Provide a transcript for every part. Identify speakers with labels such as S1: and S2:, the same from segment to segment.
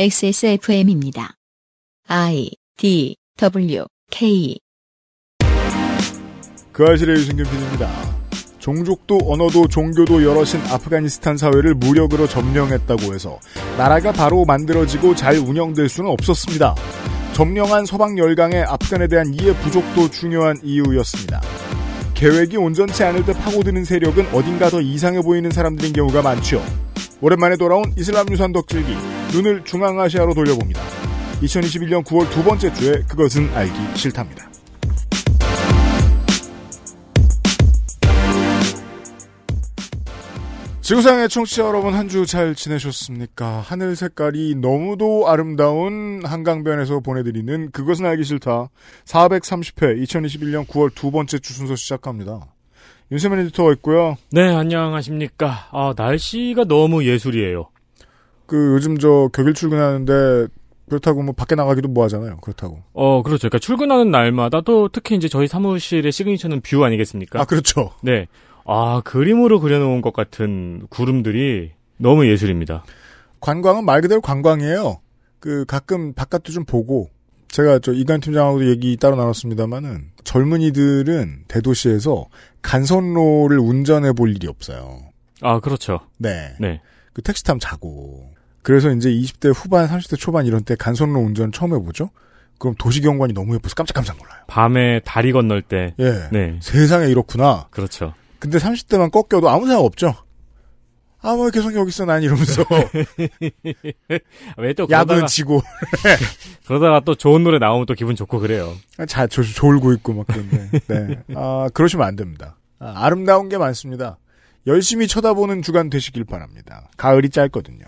S1: XSFM입니다. I D W K
S2: 그 아실의 유승균 PD입니다. 종족도 언어도 종교도 여럿인 아프가니스탄 사회를 무력으로 점령했다고 해서 나라가 바로 만들어지고 잘 운영될 수는 없었습니다. 점령한 서방 열강의 아프간에 대한 이해 부족도 중요한 이유였습니다. 계획이 온전치 않을 때 파고드는 세력은 어딘가 더 이상해 보이는 사람들인 경우가 많죠. 오랜만에 돌아온 이슬람 유산 덕질기 눈을 중앙아시아로 돌려봅니다. 2021년 9월 두 번째 주에 그것은 알기 싫답니다. 지구상의 청취자 여러분 한 주 잘 지내셨습니까? 하늘 색깔이 너무도 아름다운 한강변에서 보내드리는 그것은 알기 싫다 430회 2021년 9월 두 번째 주 순서 시작합니다. 윤세민 에디터가 있고요.
S3: 네, 안녕하십니까. 아, 날씨가 너무 예술이에요.
S2: 그 요즘 저 격일 출근하는데 그렇다고 뭐 밖에 나가기도 뭐하잖아요. 그렇다고.
S3: 어, 그렇죠. 그러니까 출근하는 날마다 또 특히 이제 저희 사무실의 시그니처는 뷰 아니겠습니까?
S2: 아 그렇죠.
S3: 네. 아, 그림으로 그려놓은 것 같은 구름들이 너무 예술입니다.
S2: 관광은 말 그대로 관광이에요. 그 가끔 바깥도 좀 보고 제가 저 이관 팀장하고도 얘기 따로 나눴습니다만은 젊은이들은 대도시에서 간선로를 운전해 볼 일이 없어요.
S3: 아, 그렇죠.
S2: 네.
S3: 네.
S2: 그 택시 타면 자고. 그래서 이제 20대 후반, 30대 초반 이런 때 간선로 운전 처음 해보죠? 그럼 도시경관이 너무 예뻐서 깜짝깜짝 놀라요.
S3: 밤에 다리 건널 때.
S2: 예.
S3: 네.
S2: 세상에 이렇구나.
S3: 그렇죠.
S2: 근데 30대만 꺾여도 아무 생각 없죠? 아, 뭐 계속 여기 있어, 난 이러면서.
S3: 왜 또 그러다가,
S2: 야근 치고.
S3: 그러다가 또 좋은 노래 나오면 또 기분 좋고 그래요.
S2: 자, 조, 졸고 있고 막 그런데. 네. 아, 그러시면 안 됩니다. 아, 아름다운 게 많습니다. 열심히 쳐다보는 주간 되시길 바랍니다. 가을이 짧거든요.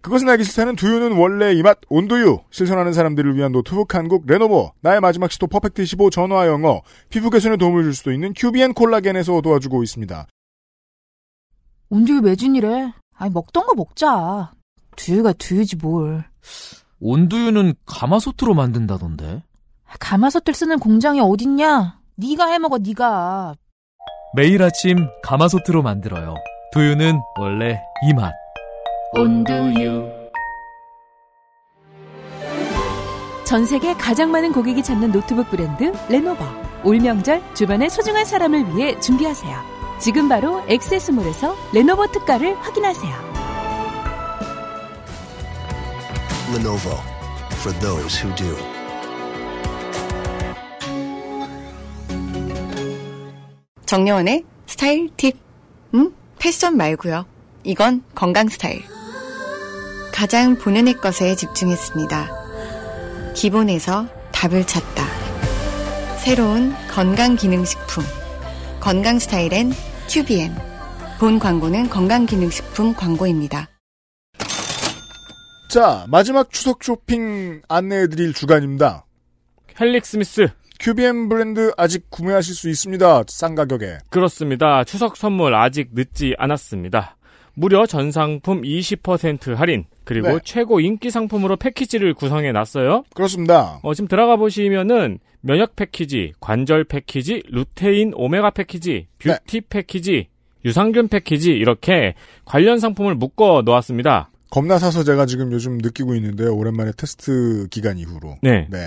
S2: 그것은 알기 싫다는 두유는 원래 이 맛 온두유 실천하는 사람들을 위한 노트북 한국 레노버 나의 마지막 시도 퍼펙트 15 전화 영어 피부 개선에 도움을 줄 수도 있는 큐비엔 콜라겐에서 도와주고 있습니다.
S4: 온두유 매진이래. 아니 먹던 거 먹자. 두유가 두유지 뭘.
S5: 온두유는 가마솥으로 만든다던데.
S4: 가마솥을 쓰는 공장이 어딨냐? 네가 해먹어 네가.
S5: 매일 아침 가마솥으로 만들어요. 두유는 원래 이 맛.
S6: 전 세계 가장 많은 고객이 찾는 노트북 브랜드 레노버. 올 명절 주변의 소중한 사람을 위해 준비하세요. 지금 바로 엑세스몰에서 레노버 특가를 확인하세요.
S7: Lenovo for those who do.
S8: 정려원의 스타일 팁. 음? 패션 말고요. 이건 건강 스타일. 가장 본연의 것에 집중했습니다. 기본에서 답을 찾다. 새로운 건강 기능 식품. 건강 스타일엔 큐비엔. 본 광고는 건강 기능 식품 광고입니다.
S2: 자 마지막 추석 쇼핑 안내해드릴 주간입니다.
S3: 헬릭 스미스.
S2: 큐비엔 브랜드 아직 구매하실 수 있습니다. 싼 가격에
S3: 그렇습니다. 추석 선물 아직 늦지 않았습니다. 무려 전 상품 20% 할인, 그리고
S2: 네.
S3: 최고 인기 상품으로 패키지를 구성해 놨어요.
S2: 그렇습니다.
S3: 어, 지금 들어가 보시면은 면역 패키지, 관절 패키지, 루테인 오메가 패키지, 뷰티 패키지, 유산균 패키지 이렇게 관련 상품을 묶어 놓았습니다.
S2: 겁나 사서 제가 지금 요즘 느끼고 있는데요. 오랜만에 테스트 기간 이후로.
S3: 네.
S2: 네.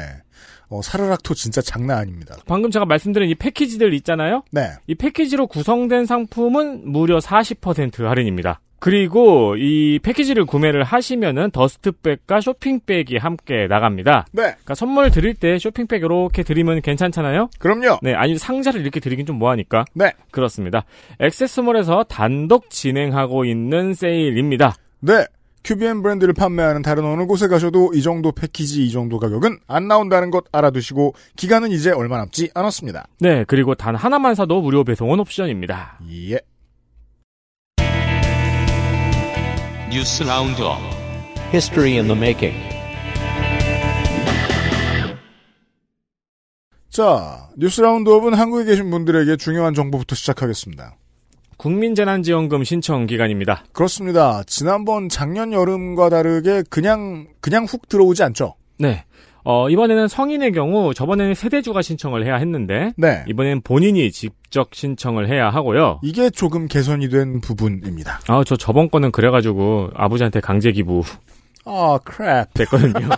S2: 어, 사르락토 진짜 장난 아닙니다.
S3: 방금 제가 말씀드린 이 패키지들 있잖아요.
S2: 네.
S3: 이 패키지로 구성된 상품은 무려 40% 할인입니다. 그리고 이 패키지를 구매를 하시면은 더스트백과 쇼핑백이 함께 나갑니다.
S2: 네.
S3: 그러니까 선물 드릴 때 쇼핑백 이렇게 드리면 괜찮잖아요.
S2: 그럼요.
S3: 네, 아니 상자를 이렇게 드리긴 좀 뭐하니까.
S2: 네.
S3: 그렇습니다. 액세스몰에서 단독 진행하고 있는 세일입니다.
S2: 네. 큐비엔 브랜드를 판매하는 다른 어느 곳에 가셔도 이 정도 패키지, 이 정도 가격은 안 나온다는 것 알아두시고 기간은 이제 얼마 남지 않았습니다.
S3: 네, 그리고 단 하나만 사도 무료 배송은 옵션입니다.
S2: 예.
S9: 뉴스 라운드업 History in the making
S2: 자, 뉴스 라운드업은 한국에 계신 분들에게 중요한 정보부터 시작하겠습니다.
S3: 국민재난지원금 신청 기간입니다.
S2: 그렇습니다. 지난번 작년 여름과 다르게 그냥 그냥 훅 들어오지 않죠.
S3: 네. 어, 이번에는 성인의 경우 저번에는 세대주가 신청을 해야 했는데
S2: 네.
S3: 이번엔 본인이 직접 신청을 해야 하고요.
S2: 이게 조금 개선이 된 부분입니다.
S3: 아, 저 저번 거는 그래가지고 아버지한테 강제 기부.
S2: 아, 크랩.
S3: 됐거든요.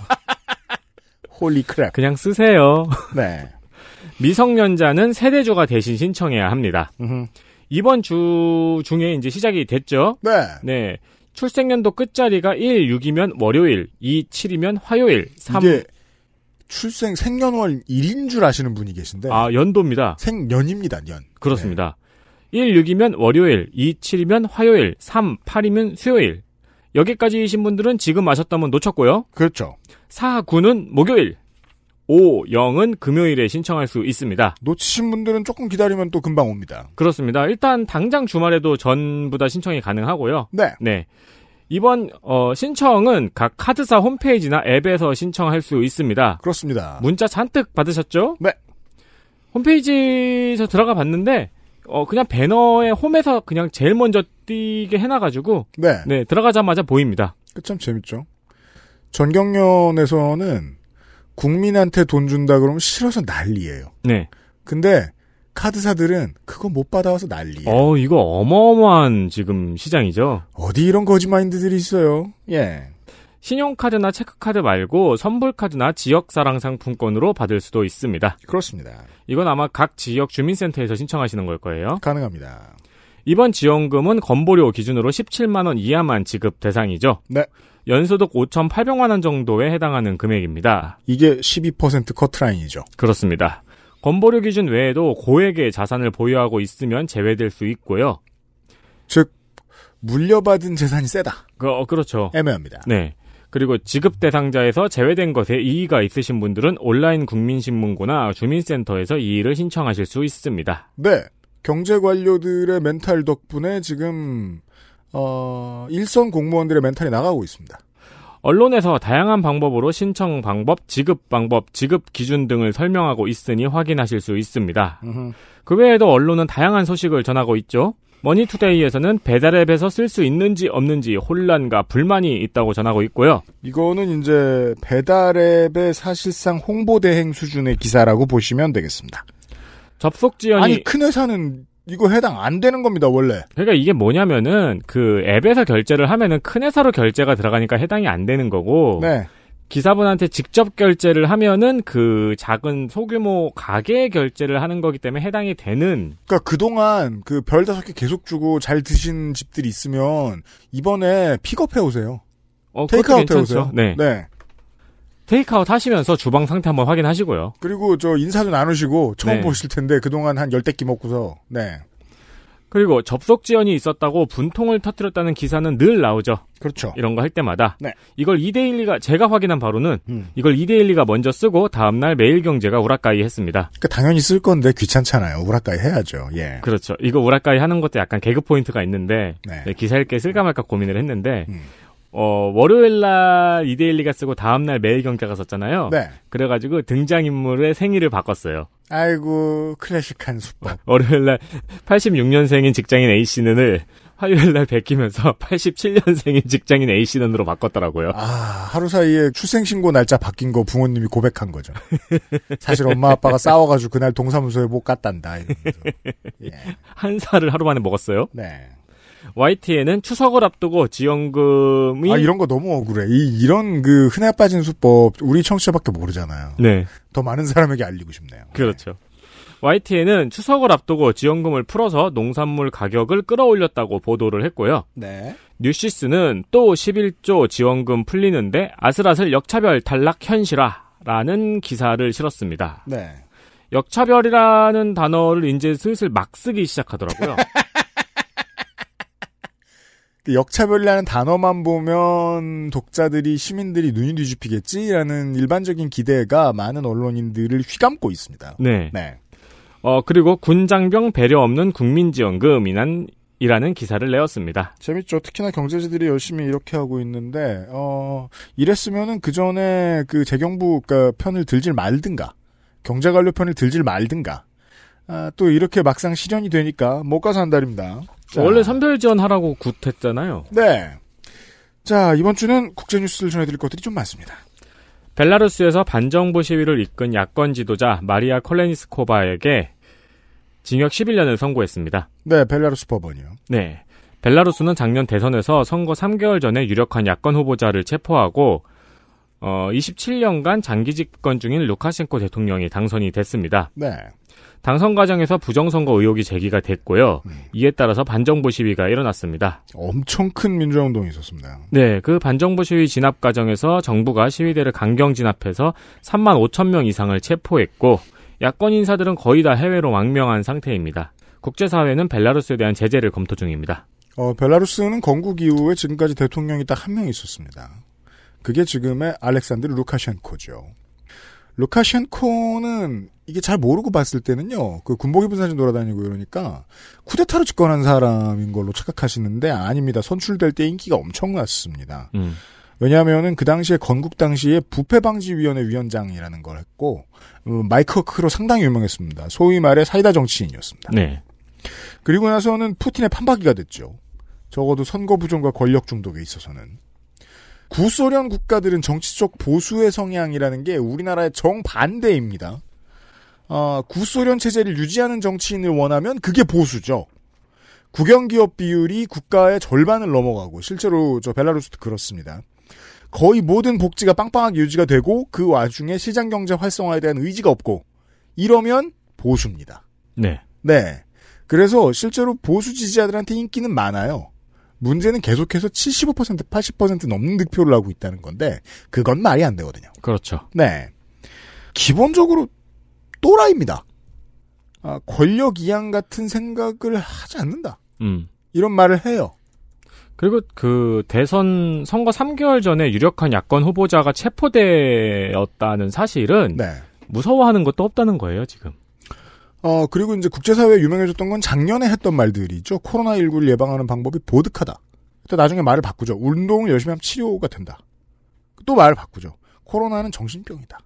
S2: 홀리 크랩.
S3: 그냥 쓰세요.
S2: 네.
S3: 미성년자는 세대주가 대신 신청해야 합니다.
S2: 음흠.
S3: 이번 주 중에 이제 시작이 됐죠.
S2: 네.
S3: 네. 출생년도 끝자리가 1, 6이면 월요일, 2, 7이면 화요일, 3,
S2: 이게 출생 생년월 일인 줄 아시는 분이 계신데
S3: 아, 연도입니다.
S2: 생년입니다. 년.
S3: 그렇습니다. 1, 6이면 월요일, 2, 7이면 화요일, 3, 8이면 수요일. 여기까지이신 분들은 지금 아셨다면 놓쳤고요.
S2: 그렇죠.
S3: 4, 9는 목요일, 5, 0은 금요일에 신청할 수 있습니다.
S2: 놓치신 분들은 조금 기다리면 또 금방 옵니다.
S3: 그렇습니다. 일단 당장 주말에도 전부 다 신청이 가능하고요.
S2: 네.
S3: 네. 이번 어, 신청은 각 카드사 홈페이지나 앱에서 신청할 수 있습니다.
S2: 그렇습니다.
S3: 문자 잔뜩 받으셨죠?
S2: 네.
S3: 홈페이지에서 들어가 봤는데 어, 그냥 배너에 홈에서 그냥 제일 먼저 띄게 해놔가지고
S2: 네.
S3: 네 들어가자마자 보입니다.
S2: 그참 재밌죠. 전경련에서는 국민한테 돈 준다 그러면 싫어서 난리예요.
S3: 네.
S2: 근데 카드사들은 그거 못 받아와서 난리예요.
S3: 어 이거 어마어마한 지금 시장이죠.
S2: 어디 이런 거짓마인드들이 있어요. 예.
S3: 신용카드나 체크카드 말고 선불카드나 지역사랑 상품권으로 받을 수도 있습니다.
S2: 그렇습니다.
S3: 이건 아마 각 지역 주민센터에서 신청하시는 걸 거예요.
S2: 가능합니다.
S3: 이번 지원금은 건보료 기준으로 17만원 이하만 지급 대상이죠.
S2: 네.
S3: 연소득 5,800만원 정도에 해당하는 금액입니다.
S2: 이게 12% 커트라인이죠.
S3: 그렇습니다. 건보료 기준 외에도 고액의 자산을 보유하고 있으면 제외될 수 있고요.
S2: 즉 물려받은 재산이 세다.
S3: 그, 어, 그렇죠.
S2: 애매합니다.
S3: 네. 그리고 지급 대상자에서 제외된 것에 이의가 있으신 분들은 온라인 국민신문고나 주민센터에서 이의를 신청하실 수 있습니다.
S2: 네. 경제 관료들의 멘탈 덕분에 지금 어, 일선 공무원들의 멘탈이 나가고 있습니다.
S3: 언론에서 다양한 방법으로 신청 방법, 지급 방법, 지급 기준 등을 설명하고 있으니 확인하실 수 있습니다. 그 외에도 언론은 다양한 소식을 전하고 있죠. 머니투데이에서는 배달앱에서 쓸 수 있는지 없는지 혼란과 불만이 있다고 전하고 있고요.
S2: 이거는 이제 배달앱의 사실상 홍보 대행 수준의 기사라고 보시면 되겠습니다.
S3: 접속 지연이
S2: 아니 큰 회사는 이거 해당 안 되는 겁니다 원래.
S3: 그러니까 이게 뭐냐면은 그 앱에서 결제를 하면은 큰 회사로 결제가 들어가니까 해당이 안 되는 거고
S2: 네.
S3: 기사분한테 직접 결제를 하면은 그 작은 소규모 가게 결제를 하는 거기 때문에 해당이 되는
S2: 그러니까 그동안 그 별 다섯 개 계속 주고 잘 드신 집들이 있으면 이번에 픽업해 오세요.
S3: 어, 그것도
S2: 테이크아웃 해
S3: 괜찮죠.
S2: 오세요.
S3: 네.
S2: 네.
S3: 테이크아웃 하시면서 주방 상태 한번 확인하시고요.
S2: 그리고 저 인사도 나누시고 처음
S3: 네.
S2: 보실 텐데 그동안 한 열댓 끼 먹고서 네
S3: 그리고 접속 지연이 있었다고 분통을 터뜨렸다는 기사는 늘 나오죠.
S2: 그렇죠
S3: 이런 거 할 때마다.
S2: 네.
S3: 이걸 이데일리가 제가 확인한 바로는
S2: 음.
S3: 이걸 이데일리가 먼저 쓰고 다음 날 매일경제가 우라카이 했습니다.
S2: 그러니까 당연히 쓸 건데 귀찮잖아요 우라까이 해야죠 예
S3: 그렇죠. 이거 우라카이 하는 것도 약간 개그 포인트가 있는데
S2: 네.
S3: 네, 기사 읽게 쓸까 말까 고민을 했는데
S2: 음.
S3: 어, 월요일 날 이데일리가 쓰고 다음 날 매일경제가 썼잖아요.
S2: 네.
S3: 그래가지고 등장인물의 생일을 바꿨어요.
S2: 아이고 클래식한
S3: 어.
S2: 수법
S3: 월요일날 86년생인 직장인 A 씨는을 화요일날 베끼면서 87년생인 직장인 A 씨는으로 바꿨더라고요.
S2: 아 하루 사이에 출생신고 날짜 바뀐 거 부모님이 고백한 거죠 사실 엄마 아빠가 싸워가지고 그날 동사무소에 못 갔단다 이러면서. 예.
S3: 한 살을 하루 만에 먹었어요.
S2: 네.
S3: YTN은 추석을 앞두고 지원금이
S2: 아 이런 거 너무 억울해 이, 이런 그 흔해 빠진 수법 우리 청취자밖에 모르잖아요
S3: 네
S2: 더 많은 사람에게 알리고 싶네요
S3: 그렇죠. YTN은 추석을 앞두고 지원금을 풀어서 농산물 가격을 끌어올렸다고 보도를 했고요.
S2: 네
S3: 뉴시스는 또 11조 지원금 풀리는데 아슬아슬 역차별 탈락 현실화라는 기사를 실었습니다.
S2: 네.
S3: 역차별이라는 단어를 이제 슬슬 막 쓰기 시작하더라고요.
S2: 그 역차별이라는 단어만 보면 독자들이 시민들이 눈이 뒤집히겠지라는 일반적인 기대가 많은 언론인들을 휘감고 있습니다.
S3: 네.
S2: 네.
S3: 어, 그리고 군장병 배려 없는 국민지원금이란 이라는 기사를 내었습니다.
S2: 재밌죠. 특히나 경제지들이 열심히 이렇게 하고 있는데 어 이랬으면은 그 전에 그 재경부 그러니까 편을 들질 말든가 경제관료 편을 들질 말든가 아, 또 이렇게 막상 실현이 되니까 못 가서 한달입니다. 자.
S3: 원래 선별 지원하라고 굿했잖아요.
S2: 네. 자 이번 주는 국제 뉴스를 전해드릴 것들이 좀 많습니다.
S3: 벨라루스에서 반정부 시위를 이끈 야권 지도자 마리아 콜레니스코바에게 징역 11년을 선고했습니다.
S2: 네 벨라루스 법원이요.
S3: 네. 벨라루스는 작년 대선에서 선거 3개월 전에 유력한 야권 후보자를 체포하고 어, 27년간 장기 집권 중인 루카셴코 대통령이 당선이 됐습니다.
S2: 네.
S3: 당선 과정에서 부정선거 의혹이 제기가 됐고요. 이에 따라서 반정부 시위가 일어났습니다.
S2: 엄청 큰 민주화 운동이 있었습니다.
S3: 네, 그 반정부 시위 진압 과정에서 정부가 시위대를 강경 진압해서 3만 5천 명 이상을 체포했고 야권 인사들은 거의 다 해외로 망명한 상태입니다. 국제사회는 벨라루스에 대한 제재를 검토 중입니다.
S2: 어, 벨라루스는 건국 이후에 지금까지 대통령이 딱 한 명 있었습니다. 그게 지금의 알렉산드르 루카셴코죠. 루카셴코는 이게 잘 모르고 봤을 때는요, 그 군복 입은 사진 돌아다니고 이러니까 쿠데타로 집권한 사람인 걸로 착각하시는데 아닙니다. 선출될 때 인기가 엄청났습니다.
S3: 음.
S2: 왜냐하면은 그 당시에 건국 당시에 부패방지위원회 위원장이라는 걸 했고 음, 마이크 크로 상당히 유명했습니다. 소위 말해 사이다 정치인이었습니다.
S3: 네.
S2: 그리고 나서는 푸틴의 판박이가 됐죠. 적어도 선거 부정과 권력 중독에 있어서는 구소련 국가들은 정치적 보수의 성향이라는 게 우리나라의 정반대입니다. 아, 구소련 체제를 유지하는 정치인을 원하면 그게 보수죠. 국영기업 비율이 국가의 절반을 넘어가고 실제로 저 벨라루스도 그렇습니다. 거의 모든 복지가 빵빵하게 유지가 되고 그 와중에 시장 경제 활성화에 대한 의지가 없고 이러면 보수입니다.
S3: 네.
S2: 네. 그래서 실제로 보수 지지자들한테 인기는 많아요. 문제는 계속해서 75% 80% 넘는 득표를 하고 있다는 건데 그건 말이 안 되거든요.
S3: 그렇죠.
S2: 네. 기본적으로 또라입니다. 아, 권력 이양 같은 생각을 하지 않는다.
S3: 음.
S2: 이런 말을 해요.
S3: 그리고 그 대선 선거 3개월 전에 유력한 야권 후보자가 체포되었다는 사실은
S2: 네.
S3: 무서워하는 것도 없다는 거예요, 지금.
S2: 어, 그리고 이제 국제사회에 유명해졌던 건 작년에 했던 말들이죠. 코로나19를 예방하는 방법이 보득하다. 또 나중에 말을 바꾸죠. 운동을 열심히 하면 치료가 된다. 또 말을 바꾸죠. 코로나는 정신병이다.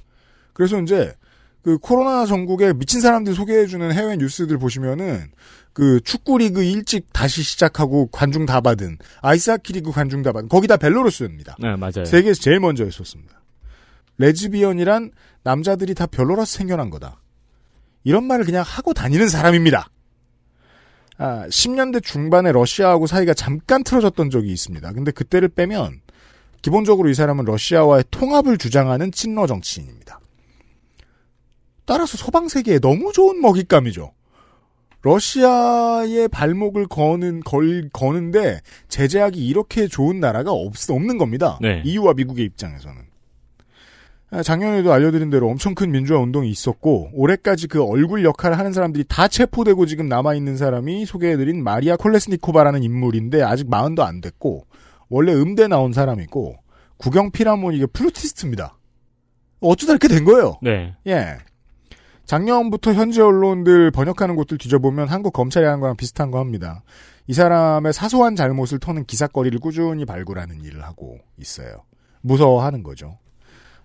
S2: 그래서 이제 그 코로나 전국에 미친 사람들 소개해주는 해외 뉴스들 보시면은 그 축구리그 일찍 다시 시작하고 관중 다 받은 아이스하키리그 관중 다 받은 거기다 벨로루스입니다.
S3: 네, 맞아요.
S2: 세계에서 제일 먼저 했었습니다. 레즈비언이란 남자들이 다 별로라서 생겨난 거다. 이런 말을 그냥 하고 다니는 사람입니다. 아, 10년대 중반에 러시아하고 사이가 잠깐 틀어졌던 적이 있습니다. 근데 그때를 빼면 기본적으로 이 사람은 러시아와의 통합을 주장하는 친러 정치인입니다. 따라서 서방 세계에 너무 좋은 먹잇감이죠. 러시아의 발목을 거는 걸 거는데 제재하기 이렇게 좋은 나라가 없 없는 겁니다.
S3: 네.
S2: EU와 미국의 입장에서는 아, 작년에도 알려드린 대로 엄청 큰 민주화 운동이 있었고 올해까지 그 얼굴 역할을 하는 사람들이 다 체포되고 지금 남아 있는 사람이 소개해드린 마리아 콜레스니코바라는 인물인데 아직 마흔도 안 됐고 원래 음대 나온 사람이고 구경 피라모닉의 플루티스트입니다. 어쩌다 이렇게 된 거예요.
S3: 네.
S2: 예. 작년부터 현지 언론들 번역하는 곳들 뒤져보면 한국 검찰이 하는 거랑 비슷한 거 합니다. 이 사람의 사소한 잘못을 터는 기사거리를 꾸준히 발굴하는 일을 하고 있어요. 무서워하는 거죠.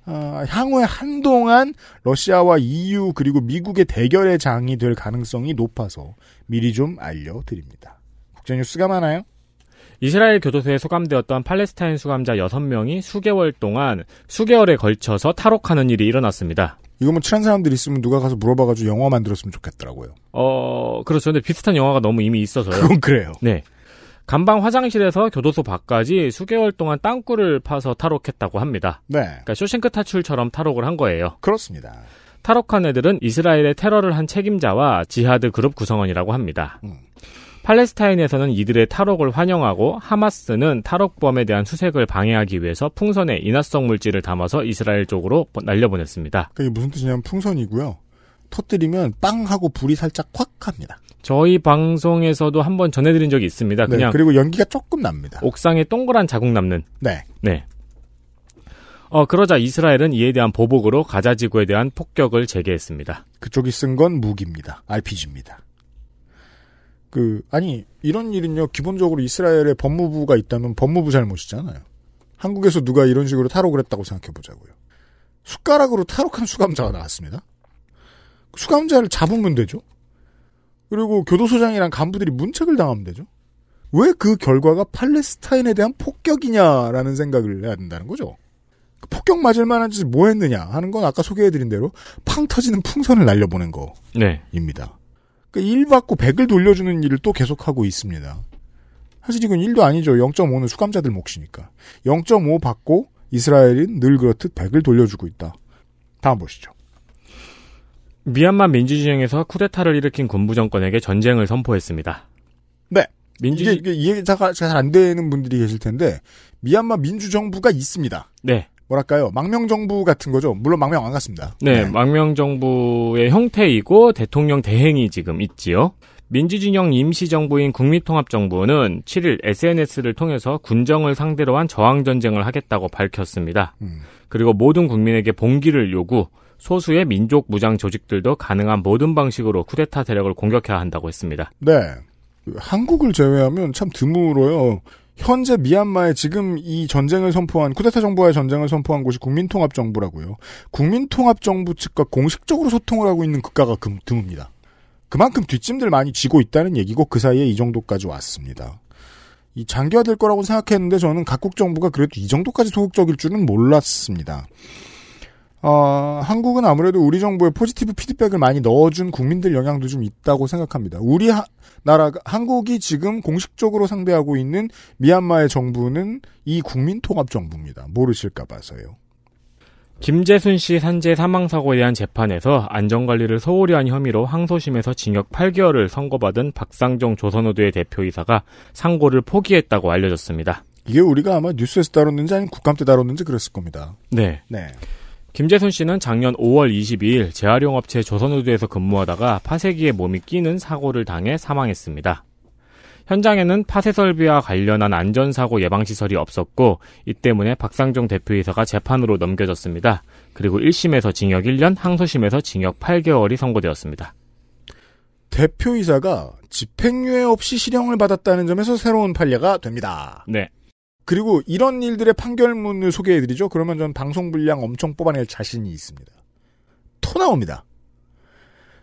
S2: 아, 향후에 한동안 러시아와 EU 그리고 미국의 대결의 장이 될 가능성이 높아서 미리 좀 알려드립니다. 국제뉴스가 많아요?
S3: 이스라엘 교도소에 수감되었던 팔레스타인 수감자 6명이 수개월 동안 수개월에 걸쳐서 탈옥하는 일이 일어났습니다.
S2: 이거 뭐 친한 사람들 있으면 누가 가서 물어봐가지고 영화 만들었으면 좋겠더라고요.
S3: 어, 그렇죠. 근데 비슷한 영화가 너무 이미 있어서요.
S2: 그건 그래요.
S3: 네. 간방 화장실에서 교도소 밖까지 수개월 동안 땅굴을 파서 탈옥했다고 합니다.
S2: 네.
S3: 그러니까 쇼싱크 탈출처럼 탈옥을 한 거예요.
S2: 그렇습니다.
S3: 탈옥한 애들은 이스라엘의 테러를 한 책임자와 지하드 그룹 구성원이라고 합니다.
S2: 음.
S3: 팔레스타인에서는 이들의 탈옥을 환영하고 하마스는 탈옥범에 대한 수색을 방해하기 위해서 풍선에 인화성 물질을 담아서 이스라엘 쪽으로 보- 날려보냈습니다.
S2: 그게 무슨 뜻이냐면 풍선이고요. 터뜨리면 빵 하고 불이 살짝 확 합니다.
S3: 저희 방송에서도 한번 전해드린 적이 있습니다.
S2: 네,
S3: 그냥
S2: 그리고 연기가 조금 납니다.
S3: 옥상에 동그란 자국 남는
S2: 네.
S3: 네. 어, 그러자 이스라엘은 이에 대한 보복으로 가자 지구에 대한 폭격을 재개했습니다.
S2: 그쪽이 쓴 건 무기입니다. RPG입니다. 그 아니 이런 일은요 기본적으로 이스라엘에 법무부가 있다면 법무부 잘못이잖아요. 한국에서 누가 이런 식으로 탈옥을 했다고 생각해 보자고요. 숟가락으로 탈옥한 수감자가 나왔습니다. 그 수감자를 잡으면 되죠. 그리고 교도소장이랑 간부들이 문책을 당하면 되죠. 왜 그 결과가 팔레스타인에 대한 폭격이냐라는 생각을 해야 된다는 거죠. 그 폭격 맞을 만한 짓을 뭐 했느냐 하는 건 아까 소개해드린 대로 팡 터지는 풍선을 날려보낸 그러니까
S3: 네.
S2: 거입니다. 그일 받고 백을 돌려주는 일을 또 계속하고 있습니다. 사실 이건 1도 아니죠. 0.5는 수감자들 몫이니까. 0.5 받고 이스라엘은 늘 그렇듯 100을 돌려주고 있다. 다음 보시죠.
S3: 미얀마 민주진영에서 쿠데타를 일으킨 군부 정권에게 전쟁을 선포했습니다.
S2: 네.
S3: 민주진
S2: 이게, 이게 이해가 잘 안 되는 분들이 계실 텐데 미얀마 민주정부가 있습니다.
S3: 네.
S2: 뭐랄까요 망명정부 같은 거죠. 물론 망명 안 갔습니다.
S3: 네, 망명 정부의 형태이고 대통령 대행이 지금 있지요. 민주진영 임시정부인 국민통합정부는 7일 SNS를 통해서 군정을 상대로 한 저항전쟁을 하겠다고 밝혔습니다. 그리고 모든 국민에게 봉기를 요구, 소수의 민족 무장 조직들도 가능한 모든 방식으로 쿠데타 세력을 공격해야 한다고 했습니다.
S2: 네. 한국을 제외하면 참 드물어요. 현재 미얀마에 지금 이 전쟁을 선포한 쿠데타 정부와의 전쟁을 선포한 곳이 국민통합정부라고요. 국민통합정부 측과 공식적으로 소통을 하고 있는 국가가 금, 드뭅니다. 그만큼 뒷짐들 많이 쥐고 있다는 얘기고 그 사이에 이 정도까지 왔습니다. 이 장기화될 거라고 생각했는데 저는 각국 정부가 그래도 이 정도까지 소극적일 줄은 몰랐습니다. 어, 한국은 아무래도 우리 정부에 포지티브 피드백을 많이 넣어준 국민들 영향도 좀 있다고 생각합니다. 우리 하- 나라가 한국이 지금 공식적으로 상대하고 있는 미얀마의 정부는 이 국민통합정부입니다. 모르실까 봐서요.
S3: 김재순 씨 산재 사망 사고에 대한 재판에서 안전관리를 소홀히 한 혐의로 항소심에서 징역 8개월을 선고받은 박상정 조선노조의 대표이사가 상고를 포기했다고 알려졌습니다.
S2: 이게 우리가 아마 뉴스에서 다뤘는지 아니면 국감 때 다뤘는지 그랬을 겁니다.
S3: 네.
S2: 네.
S3: 김재순 씨는 작년 5월 22일 재활용업체 조선우드에서 근무하다가 파쇄기에 몸이 끼는 사고를 당해 사망했습니다. 현장에는 파쇄 설비와 관련한 안전사고 예방시설이 없었고 이 때문에 박상종 대표이사가 재판으로 넘겨졌습니다. 그리고 1심에서 징역 1년, 항소심에서 징역 8개월이 선고되었습니다.
S2: 대표이사가 집행유예 없이 실형을 받았다는 점에서 새로운 판례가 됩니다.
S3: 네.
S2: 그리고 이런 일들의 판결문을 소개해드리죠. 그러면 전 방송 분량 엄청 뽑아낼 자신이 있습니다. 토 나옵니다.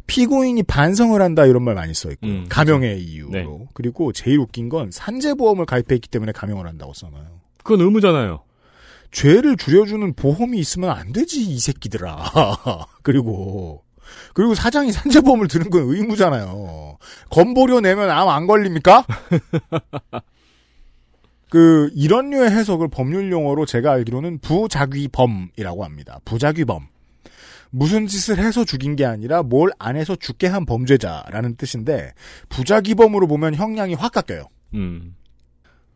S2: 피고인이 반성을 한다 이런 말 많이 써 있고요.
S3: 음,
S2: 감형의 이유로
S3: 네.
S2: 그리고 제일 웃긴 건 산재보험을 가입했기 때문에 감형을 한다고 써놔요.
S3: 그건 의무잖아요.
S2: 죄를 줄여주는 보험이 있으면 안 되지 이 새끼들아. 그리고 그리고 사장이 산재보험을 드는 건 의무잖아요. 건보료 내면 암 안 걸립니까? 그 이런 류의 해석을 법률 용어로 제가 알기로는 부작위범이라고 합니다. 부작위범. 무슨 짓을 해서 죽인 게 아니라 뭘 안 해서 죽게 한 범죄자라는 뜻인데 부작위범으로 보면 형량이 확 깎여요.
S3: 음.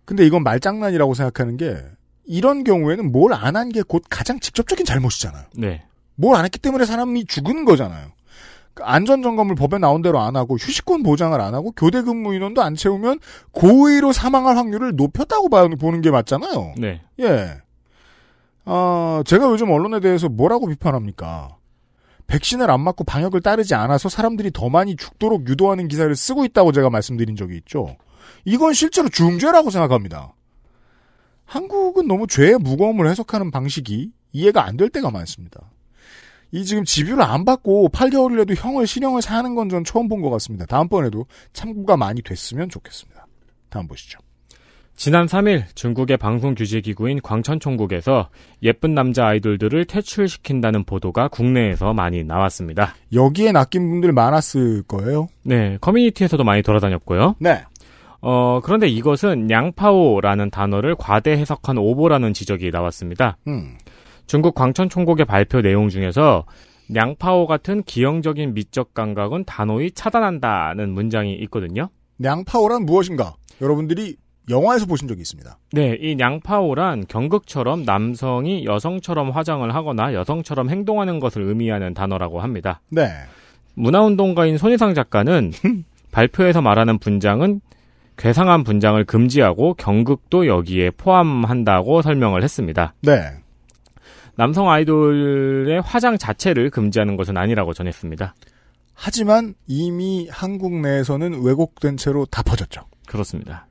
S2: 근데 이건 말장난이라고 생각하는 게 이런 경우에는 뭘 안 한 게 곧 가장 직접적인 잘못이잖아요.
S3: 네.
S2: 뭘 안 했기 때문에 사람이 죽은 거잖아요. 그 안전점검을 법에 나온 대로 안 하고 휴식권 보장을 안 하고 교대 근무 인원도 안 채우면 고의로 사망할 확률을 높였다고 봐- 보는 게 맞잖아요.
S3: 네.
S2: 예. 아, 제가 요즘 언론에 대해서 뭐라고 비판합니까? 백신을 안 맞고 방역을 따르지 않아서 사람들이 더 많이 죽도록 유도하는 기사를 쓰고 있다고 제가 말씀드린 적이 있죠. 이건 실제로 중죄라고 생각합니다. 한국은 너무 죄의 무거움을 해석하는 방식이 이해가 안 될 때가 많습니다. 이 지금 집유를 안 받고 8개월이라도 형을 실형을 사는 건 전 처음 본 것 같습니다. 다음번에도 참고가 많이 됐으면 좋겠습니다. 다음 보시죠.
S3: 지난 3일 중국의 방송 규제 기구인 광천총국에서 예쁜 남자 아이돌들을 퇴출시킨다는 보도가 국내에서 많이 나왔습니다.
S2: 여기에 낚인 분들 많았을 거예요.
S3: 네, 커뮤니티에서도 많이 돌아다녔고요.
S2: 네.
S3: 어, 그런데 이것은 양파오라는 단어를 과대 해석한 오보라는 지적이 나왔습니다.
S2: 음.
S3: 중국 광천총국의 발표 내용 중에서 양파오 같은 기형적인 미적 감각은 단호히 차단한다는 문장이 있거든요.
S2: 양파오란 무엇인가? 여러분들이 영화에서 보신 적이 있습니다.
S3: 네, 이 냥파오란 경극처럼 남성이 여성처럼 화장을 하거나 여성처럼 행동하는 것을 의미하는 단어라고 합니다.
S2: 네.
S3: 문화운동가인 손희상 작가는 발표에서 말하는 분장은 괴상한 분장을 금지하고 경극도 여기에 포함한다고 설명을 했습니다.
S2: 네.
S3: 남성 아이돌의 화장 자체를 금지하는 것은 아니라고 전했습니다.
S2: 하지만 이미 한국 내에서는 왜곡된 채로 다 퍼졌죠.
S3: 그렇습니다.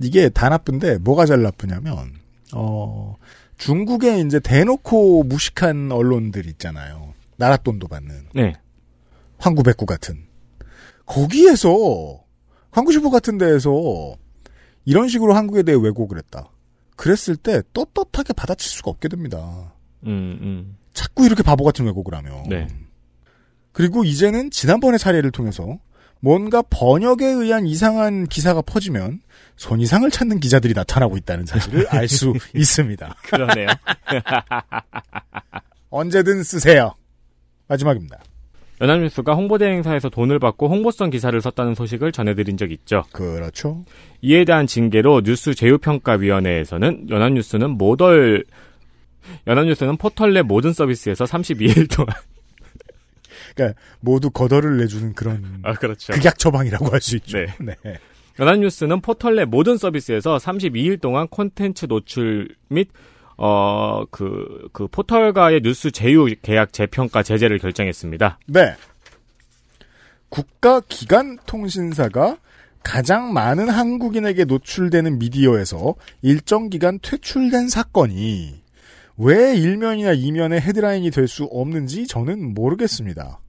S2: 이게 다 나쁜데 뭐가 잘 나쁘냐면 어 중국에 이제 대놓고 무식한 언론들 있잖아요. 나랏돈도 받는
S3: 네.
S2: 황구백구 같은 거기에서 황구시보 같은 데에서 이런 식으로 한국에 대해 왜곡을 했다. 그랬을 때 떳떳하게 받아칠 수가 없게 됩니다.
S3: 음, 음.
S2: 자꾸 이렇게 바보 같은 왜곡을 하며.
S3: 네.
S2: 그리고 이제는 지난번의 사례를 통해서 뭔가 번역에 의한 이상한 기사가 퍼지면 손이상을 찾는 기자들이 나타나고 있다는 사실을 알 수 있습니다.
S3: 그러네요.
S2: 언제든 쓰세요. 마지막입니다.
S3: 연합뉴스가 홍보대 행사에서 돈을 받고 홍보성 기사를 썼다는 소식을 전해드린 적 있죠.
S2: 그렇죠.
S3: 이에 대한 징계로 뉴스 제휴평가위원회에서는 연합뉴스는 모덜 연합뉴스는 포털 내 모든 서비스에서 32일 동안
S2: 그러니까 모두 거덜을 내주는 그런
S3: 아 그렇죠.
S2: 극약 처방이라고 할 수 있죠.
S3: 네. 연합뉴스는 포털 내 모든 서비스에서 32일 동안 콘텐츠 노출 및 어, 그, 그 포털과의 뉴스 제휴 계약 재평가 제재를 결정했습니다.
S2: 네. 국가 기관 통신사가 가장 많은 한국인에게 노출되는 미디어에서 일정 기간 퇴출된 사건이 왜 일면이나 이면의 헤드라인이 될 수 없는지 저는 모르겠습니다.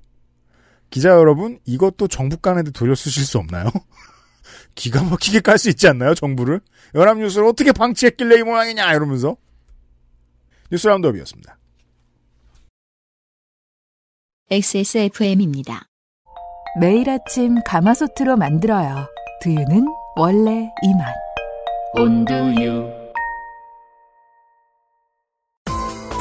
S2: 기자 여러분, 이것도 정부 간에도 돌려 쓰실 수 없나요? 기가 막히게 깔 수 있지 않나요, 정부를? 연합뉴스를 어떻게 방치했길래 이 모양이냐, 이러면서. 뉴스 라운드업이었습니다.
S1: XSFM입니다.
S4: 매일 아침 가마솥으로 만들어요. 두유는 원래 이 맛.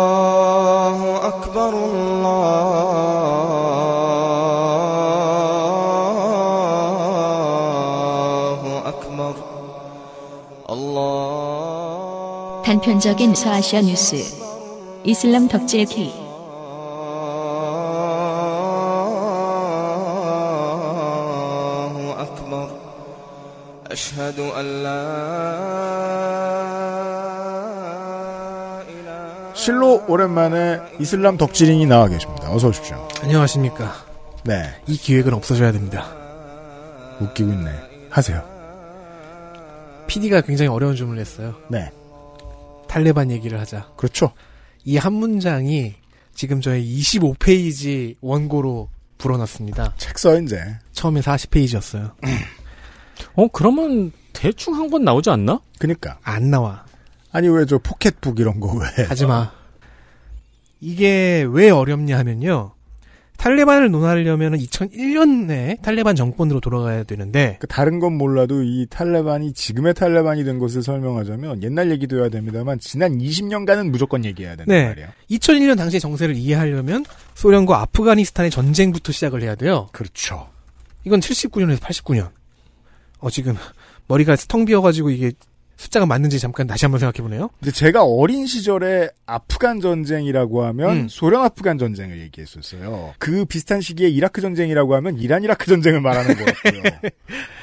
S10: الله أكبر الله أكبر الله
S1: 단편적인 서아시아 뉴스. 이슬람 덕질 K.
S10: الله أكبر أشهد أن لا
S2: 실로 오랜만에 이슬람 덕질인이 나와 계십니다. 어서 오십시오.
S11: 안녕하십니까.
S2: 네.
S11: 이 기획은 없어져야 됩니다.
S2: 웃기고 있네. 하세요.
S11: PD가 굉장히 어려운 주문을 했어요.
S2: 네.
S11: 탈레반 얘기를 하자.
S2: 그렇죠.
S11: 이 한 문장이 지금 저의 25페이지 원고로 불어났습니다.
S2: 책 써, 이제.
S11: 처음에 40페이지였어요.
S3: 어, 그러면 대충 한 건 나오지 않나?
S2: 그니까.
S11: 안 나와.
S2: 아니, 왜 저 포켓북 이런 거 왜.
S11: 하지 마. 이게 왜 어렵냐 하면요. 탈레반을 논하려면 2001년에 탈레반 정권으로 돌아가야 되는데
S2: 그 다른 건 몰라도 이 탈레반이 지금의 탈레반이 된 것을 설명하자면 옛날 얘기도 해야 됩니다만 지난 20년간은 무조건 얘기해야 된단
S11: 네.
S2: 말이에요.
S11: 2001년 당시의 정세를 이해하려면 소련과 아프가니스탄의 전쟁부터 시작을 해야 돼요.
S2: 그렇죠.
S11: 이건 79년에서 89년. 어, 지금 머리가 텅 비어가지고 이게 숫자가 맞는지 잠깐 다시 한번 생각해보네요.
S2: 근데 제가 어린 시절에 아프간 전쟁이라고 하면
S11: 음.
S2: 소련 아프간 전쟁을 얘기했었어요. 그 비슷한 시기에 이라크 전쟁이라고 하면 이란 이라크 전쟁을 말하는 거였고요.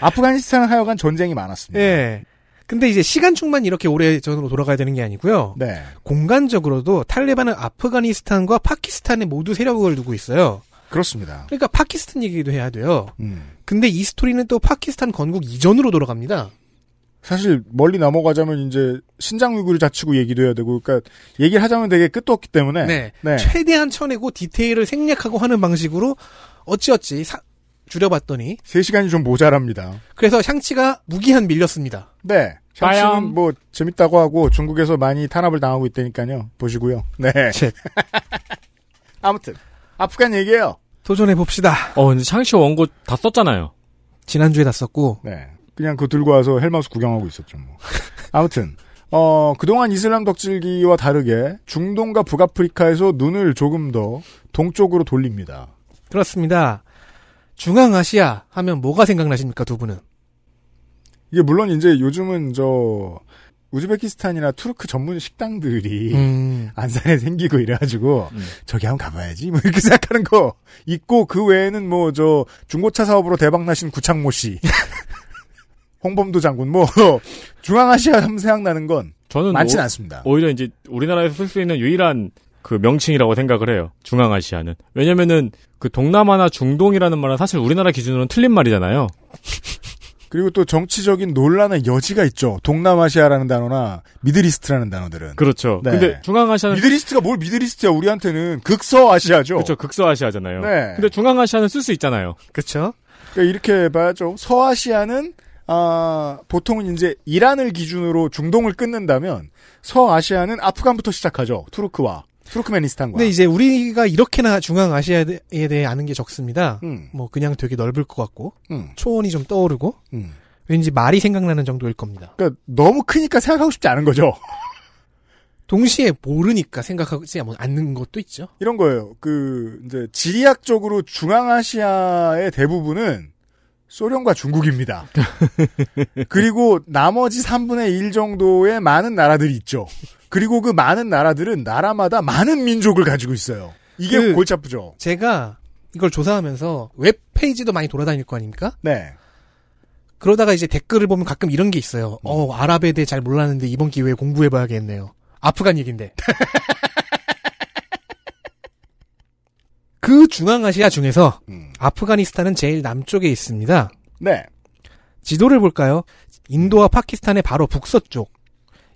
S2: 아프가니스탄은 하여간 전쟁이 많았습니다.
S11: 예. 근데 이제 시간축만 이렇게 오래 전으로 돌아가야 되는 게 아니고요.
S2: 네.
S11: 공간적으로도 탈레반은 아프가니스탄과 파키스탄에 모두 세력을 두고 있어요.
S2: 그렇습니다.
S11: 그러니까 파키스탄 얘기도 해야 돼요.
S2: 음.
S11: 근데 이 스토리는 또 파키스탄 건국 이전으로 돌아갑니다.
S2: 사실 멀리 넘어가자면 이제 신장 위구르 자치구 얘기도 해야 되고 그러니까 얘기를 하자면 되게 끝도 없기 때문에
S11: 네. 최대한 쳐내고 디테일을 생략하고 하는 방식으로 어찌어찌 사- 줄여봤더니
S2: 3시간이 좀 모자랍니다.
S11: 그래서 샹치가 무기한 밀렸습니다.
S2: 네. 샴씨는
S3: 빠염.
S2: 뭐 재밌다고 하고 중국에서 많이 탄압을 당하고 있다니까요. 보시고요. 네.
S11: 쳇.
S2: 아무튼 아프간 얘기예요.
S11: 도전해봅시다.
S3: 어, 근데 샹시 원고 다 썼잖아요.
S11: 지난주에 다 썼고
S2: 네. 그냥 그거 들고 와서 헬마우스 구경하고 있었죠, 뭐. 아무튼, 어, 그동안 이슬람 덕질기와 다르게 중동과 북아프리카에서 눈을 조금 더 동쪽으로 돌립니다.
S11: 그렇습니다. 중앙아시아 하면 뭐가 생각나십니까 두 분은?
S2: 이게 물론 이제 요즘은 저, 우즈베키스탄이나 투르크 전문 식당들이
S11: 음,
S2: 안산에 생기고 이래가지고
S3: 음.
S2: 저기 한번 가봐야지 뭐 이렇게 생각하는 거 있고 그 외에는 뭐 저 중고차 사업으로 대박 나신 구창모 씨 홍범도 장군 뭐 중앙아시아 하면 생각나는 건
S3: 저는
S2: 많진
S3: 오-
S2: 않습니다.
S3: 오히려 이제 우리나라에서 쓸 수 있는 유일한 그 명칭이라고 생각을 해요. 중앙아시아는. 왜냐면은 그 동남아나 중동이라는 말은 사실 우리나라 기준으로는 틀린 말이잖아요.
S2: 그리고 또 정치적인 논란의 여지가 있죠. 동남아시아라는 단어나 미드리스트라는 단어들은.
S3: 그렇죠.
S2: 네.
S3: 근데 중앙아시아는
S2: 미드리스트가 뭘 미드리스트야? 우리한테는 극서아시아죠.
S3: 그렇죠. 극서아시아잖아요.
S2: 네.
S3: 근데 중앙아시아는 쓸 수 있잖아요.
S11: 그렇죠.
S2: 그러니까 이렇게 봐야죠. 서아시아는 아, 보통은 이제 이란을 기준으로 중동을 끊는다면 서아시아는 아프간부터 시작하죠. 투르크와 투르크메니스탄과.
S11: 근데 이제 우리가 이렇게나 중앙아시아에 대- 대해 아는 게 적습니다.
S2: 음.
S11: 뭐 그냥 되게 넓을 것 같고
S2: 음.
S11: 초원이 좀 떠오르고
S2: 음.
S11: 왠지 말이 생각나는 정도일 겁니다.
S2: 그러니까 너무 크니까 생각하고 싶지 않은 거죠.
S11: 동시에 모르니까 생각하지 않는 것도 있죠.
S2: 이런 거예요. 그 이제 지리학적으로 중앙아시아의 대부분은 소련과 중국입니다. 그리고 나머지 3분의 1 정도의 많은 나라들이 있죠. 그리고 그 많은 나라들은 나라마다 많은 민족을 가지고 있어요. 이게
S11: 그-
S2: 골치 아프죠.
S11: 제가 이걸 조사하면서 웹 페이지도 많이 돌아다닐 거 아닙니까?
S2: 네.
S11: 그러다가 이제 댓글을 보면 가끔 이런 게 있어요.
S2: 음.
S11: 어, 아랍에 대해 잘 몰랐는데 이번 기회에 공부해봐야겠네요. 아프간 얘긴데. 그 중앙아시아 중에서
S2: 음.
S11: 아프가니스탄은 제일 남쪽에 있습니다.
S2: 네.
S11: 지도를 볼까요? 인도와 파키스탄의 바로 북서쪽,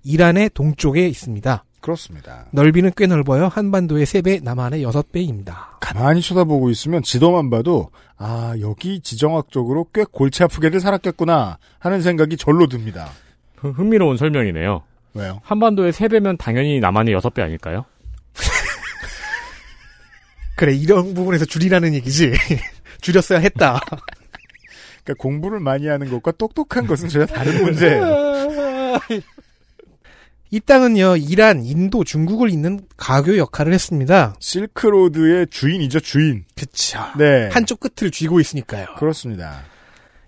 S11: 이란의 동쪽에 있습니다.
S2: 그렇습니다.
S11: 넓이는 꽤 넓어요. 한반도의 3배, 남한의 6배입니다.
S2: 가만히 쳐다보고 있으면 지도만 봐도 아 여기 지정학적으로 꽤 골치 아프게를 살았겠구나 하는 생각이 절로 듭니다.
S3: 흥- 흥미로운 설명이네요.
S2: 왜요?
S3: 한반도의 3배면 당연히 남한의 6배 아닐까요?
S11: 그래, 이런 부분에서 줄이라는 얘기지. 줄였어야 했다.
S2: 그러니까 공부를 많이 하는 것과 똑똑한 것은 전혀 다른 문제예요.
S11: 이 땅은요, 이란, 인도, 중국을 잇는 가교 역할을 했습니다.
S2: 실크로드의 주인이죠, 주인.
S11: 그쵸.
S2: 네.
S11: 한쪽 끝을 쥐고 있으니까요.
S2: 그렇습니다.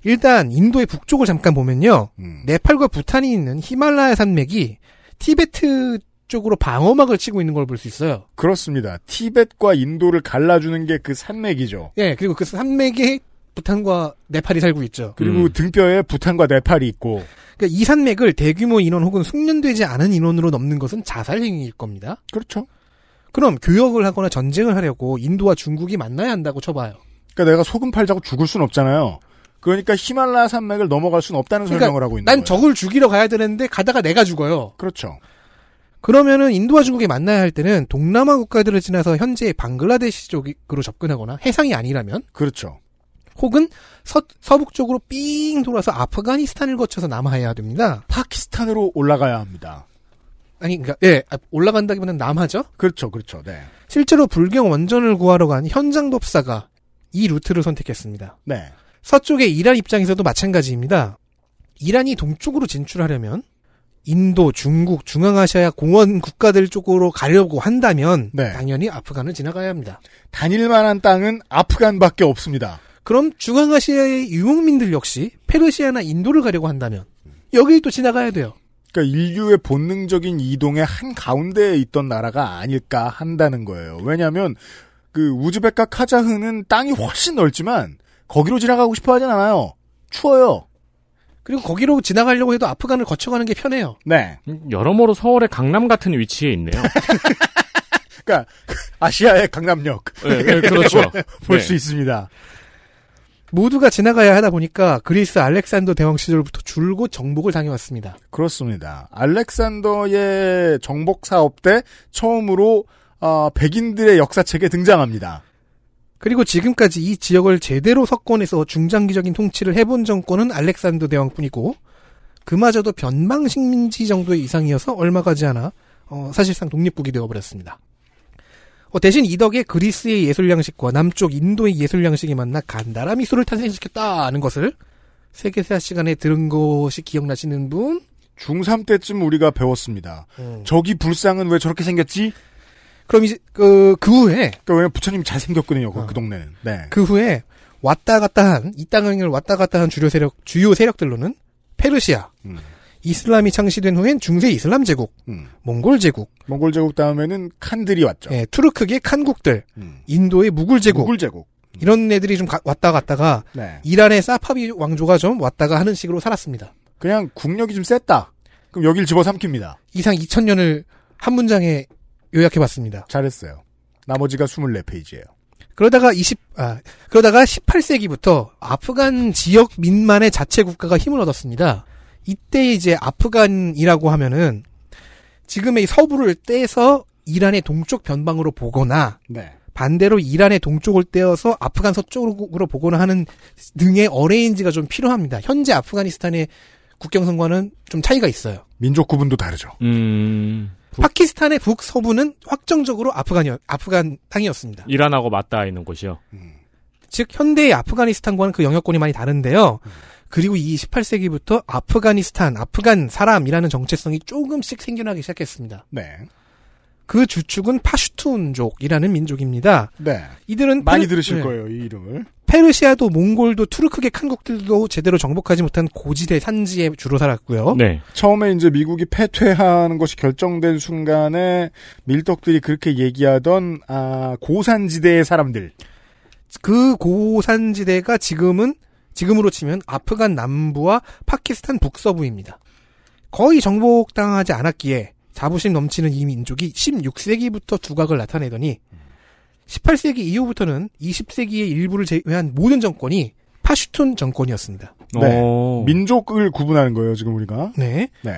S11: 일단, 인도의 북쪽을 잠깐 보면요,
S2: 음.
S11: 네팔과 부탄이 있는 히말라야 산맥이 티베트 쪽으로 방어막을 치고 있는 걸 볼 수 있어요.
S2: 그렇습니다. 티벳과 인도를 갈라주는 게 그 산맥이죠.
S11: 예, 그리고 그 산맥에 부탄과 네팔이 살고 있죠.
S2: 그리고 등뼈에 부탄과 네팔이 있고
S11: 그러니까 이 산맥을 대규모 인원 혹은 숙련되지 않은 인원으로 넘는 것은 자살 행위일 겁니다.
S2: 그렇죠.
S11: 그럼 교역을 하거나 전쟁을 하려고 인도와 중국이 만나야 한다고 쳐봐요.
S2: 그러니까 내가 소금 팔자고 죽을 순 없잖아요. 그러니까 히말라야 산맥을 넘어갈 순 없다는 설명을 하고 있는
S11: 그러니까
S2: 거예요.
S11: 난 적을 죽이러 가야 되는데 가다가 내가 죽어요.
S2: 그렇죠.
S11: 그러면은 인도와 중국이 만나야 할 때는 동남아 국가들을 지나서 현재 방글라데시 쪽으로 접근하거나 해상이 아니라면
S2: 그렇죠.
S11: 혹은 서, 서북 쪽으로 삥 돌아서 아프가니스탄을 거쳐서 남하해야 됩니다.
S2: 파키스탄으로 올라가야 합니다.
S11: 아니 그러니까 예 아, 올라간다기보다는 남하죠.
S2: 그렇죠, 그렇죠. 네,
S11: 실제로 불경 원전을 구하러 간 현장 법사가 이 루트를 선택했습니다.
S2: 네,
S11: 서쪽의 이란 입장에서도 마찬가지입니다. 이란이 동쪽으로 진출하려면 인도, 중국, 중앙아시아 공원 국가들 쪽으로 가려고 한다면
S2: 네.
S11: 당연히 아프간을 지나가야 합니다.
S2: 다닐만한 땅은 아프간밖에 없습니다.
S11: 그럼 중앙아시아의 유목민들 역시 페르시아나 인도를 가려고 한다면 여길 또 지나가야 돼요.
S2: 그러니까 인류의 본능적인 이동의 한 가운데에 있던 나라가 아닐까 한다는 거예요. 왜냐하면 그 우즈벡과 카자흐는 땅이 훨씬 넓지만 거기로 지나가고 싶어하진 않아요. 추워요.
S11: 그리고 거기로 지나가려고 해도 아프간을 거쳐가는 게 편해요.
S2: 네.
S3: 음, 여러모로 서울의 강남 같은 위치에 있네요.
S2: 그러니까 아시아의 강남역
S3: 네, 네, 그렇죠.
S2: 볼
S3: 네.
S2: 수 있습니다.
S11: 모두가 지나가야 하다 보니까 그리스 알렉산더 대왕 시절부터 줄곧 정복을 당해왔습니다.
S2: 그렇습니다. 알렉산더의 정복 사업 때 처음으로 아, 백인들의 역사책에 등장합니다.
S11: 그리고 지금까지 이 지역을 제대로 석권해서 중장기적인 통치를 해본 정권은 알렉산더 대왕뿐이고 그마저도 변방 식민지 정도의 이상이어서 얼마 가지 않아 어, 사실상 독립국이 되어버렸습니다. 어, 대신 이 덕에 그리스의 예술 양식과 남쪽 인도의 예술 양식이 만나 간다라 미술을 탄생시켰다는 것을 세계사 시간에 들은 것이 기억나시는 분?
S2: 중3 때쯤 우리가 배웠습니다.
S11: 음.
S2: 저기 불상은 왜 저렇게 생겼지?
S11: 그럼 이제 그, 그 후에
S2: 그러니까 왜냐면 부처님 잘생겼거든요, 그, 그 동네는. 네.
S11: 그 후에 왔다 갔다 한 이 땅을 왔다 갔다 한 주요 세력 주요 세력들로는 페르시아,
S2: 음.
S11: 이슬람이 창시된 후엔 중세 이슬람 제국,
S2: 음.
S11: 몽골 제국,
S2: 몽골 제국 다음에는 칸들이 왔죠.
S11: 예, 투르크계 칸국들,
S2: 음.
S11: 인도의 무굴 제국
S2: 그렇죠. 무굴 제국.
S11: 이런 애들이 좀 가- 왔다 갔다가
S2: 네.
S11: 이란의 사파비 왕조가 좀 왔다가 하는 식으로 살았습니다.
S2: 그냥 국력이 좀 셌다. 그럼 여길 집어삼킵니다.
S11: 이상 2000년을 한 문장에 요약해봤습니다.
S2: 잘했어요. 나머지가 24페이지예요.
S11: 그러다가 20, 아, 그러다가 18세기부터 아프간 지역 민만의 자체 국가가 힘을 얻었습니다. 이때 이제 아프간이라고 하면은 지금의 이 서부를 떼서 이란의 동쪽 변방으로 보거나
S2: 네.
S11: 반대로 이란의 동쪽을 떼어서 아프간 서쪽으로 보거나 하는 등의 어레인지가 좀 필요합니다. 현재 아프가니스탄의 국경선과는 좀 차이가 있어요.
S2: 민족 구분도 다르죠.
S3: 음.
S11: 파키스탄의 북서부는 확정적으로 아프간이 아프간 땅이었습니다.
S3: 이란하고 맞닿아 있는 곳이요.
S11: 즉 현대의 아프가니스탄과는 그 영역권이 많이 다른데요. 그리고 이 18세기부터 아프가니스탄, 아프간 사람이라는 정체성이 조금씩 생겨나기 시작했습니다.
S2: 네.
S11: 그 주축은 파슈툰족이라는 민족입니다.
S2: 네.
S11: 이들은
S2: 많이
S11: 페르-
S2: 들으실
S11: 네.
S2: 거예요, 이 이름을.
S11: 페르시아도 몽골도 투르크계 칸국들도 제대로 정복하지 못한 고지대 산지에 주로
S2: 어?
S11: 살았고요.
S3: 네.
S2: 처음에 이제 미국이 패퇴하는 것이 결정된 순간에 밀떡들이 그렇게 얘기하던 아, 고산지대의 사람들.
S11: 그 고산지대가 지금은 지금으로 치면 아프간 남부와 파키스탄 북서부입니다. 거의 정복당하지 않았기에 자부심 넘치는 이 민족이 16세기부터 두각을 나타내더니 18세기 이후부터는 20세기의 일부를 제외한 모든 정권이 파슈툰 정권이었습니다.
S2: 네.
S3: 오.
S2: 민족을 구분하는 거예요, 지금 우리가.
S11: 네.
S2: 네.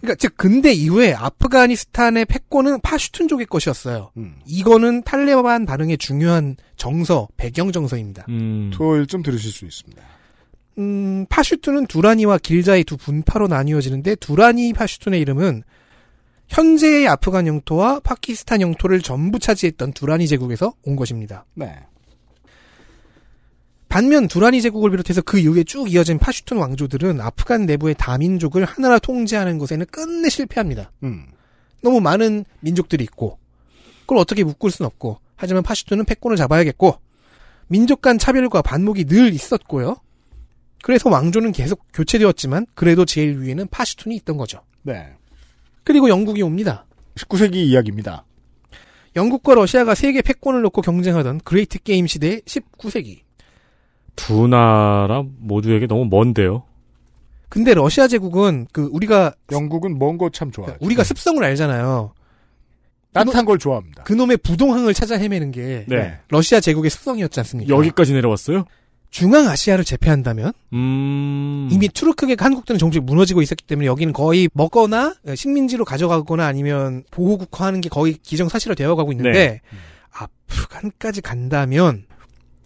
S11: 그러니까 즉 근대 이후에 아프가니스탄의 패권은 파슈툰족의 것이었어요.
S2: 음.
S11: 이거는 탈레반 반응의 중요한 정서, 배경 정서입니다.
S3: 음.
S2: 토요일쯤 들으실 수 있습니다.
S11: 음, 파슈툰은 두라니와 길자의 두 분파로 나뉘어지는데 두라니 파슈툰의 이름은 현재의 아프간 영토와 파키스탄 영토를 전부 차지했던 두라니 제국에서 온 것입니다.
S2: 네.
S11: 반면 두라니 제국을 비롯해서 그 이후에 쭉 이어진 파슈툰 왕조들은 아프간 내부의 다민족을 하나라 통제하는 것에는 끝내 실패합니다.
S2: 음.
S11: 너무 많은 민족들이 있고 그걸 어떻게 묶을 순 없고 하지만 파슈툰은 패권을 잡아야겠고 민족 간 차별과 반목이 늘 있었고요. 그래서 왕조는 계속 교체되었지만 그래도 제일 위에는 파슈툰이 있던 거죠.
S2: 네.
S11: 그리고 영국이 옵니다.
S2: 19세기 이야기입니다.
S11: 영국과 러시아가 세계 패권을 놓고 경쟁하던 그레이트 게임 시대의 19세기.
S3: 두 나라 모두에게 너무 먼데요.
S11: 근데 러시아 제국은 그 우리가
S2: 영국은 먼 거 참 좋아요.
S11: 우리가 습성을 알잖아요.
S2: 따뜻한 걸 좋아합니다.
S11: 그놈의 부동항을 찾아 헤매는 게
S3: 네.
S11: 러시아 제국의 습성이었지 않습니까?
S3: 여기까지 내려왔어요?
S11: 중앙 아시아를 제패한다면
S3: 음.
S11: 이미 투르크계 한국들은 정식 무너지고 있었기 때문에 여기는 거의 먹거나 식민지로 가져가거나 아니면 보호국화하는 게 거의 기정사실화 되어가고 있는데 음.
S3: 네.
S11: 아프간까지 간다면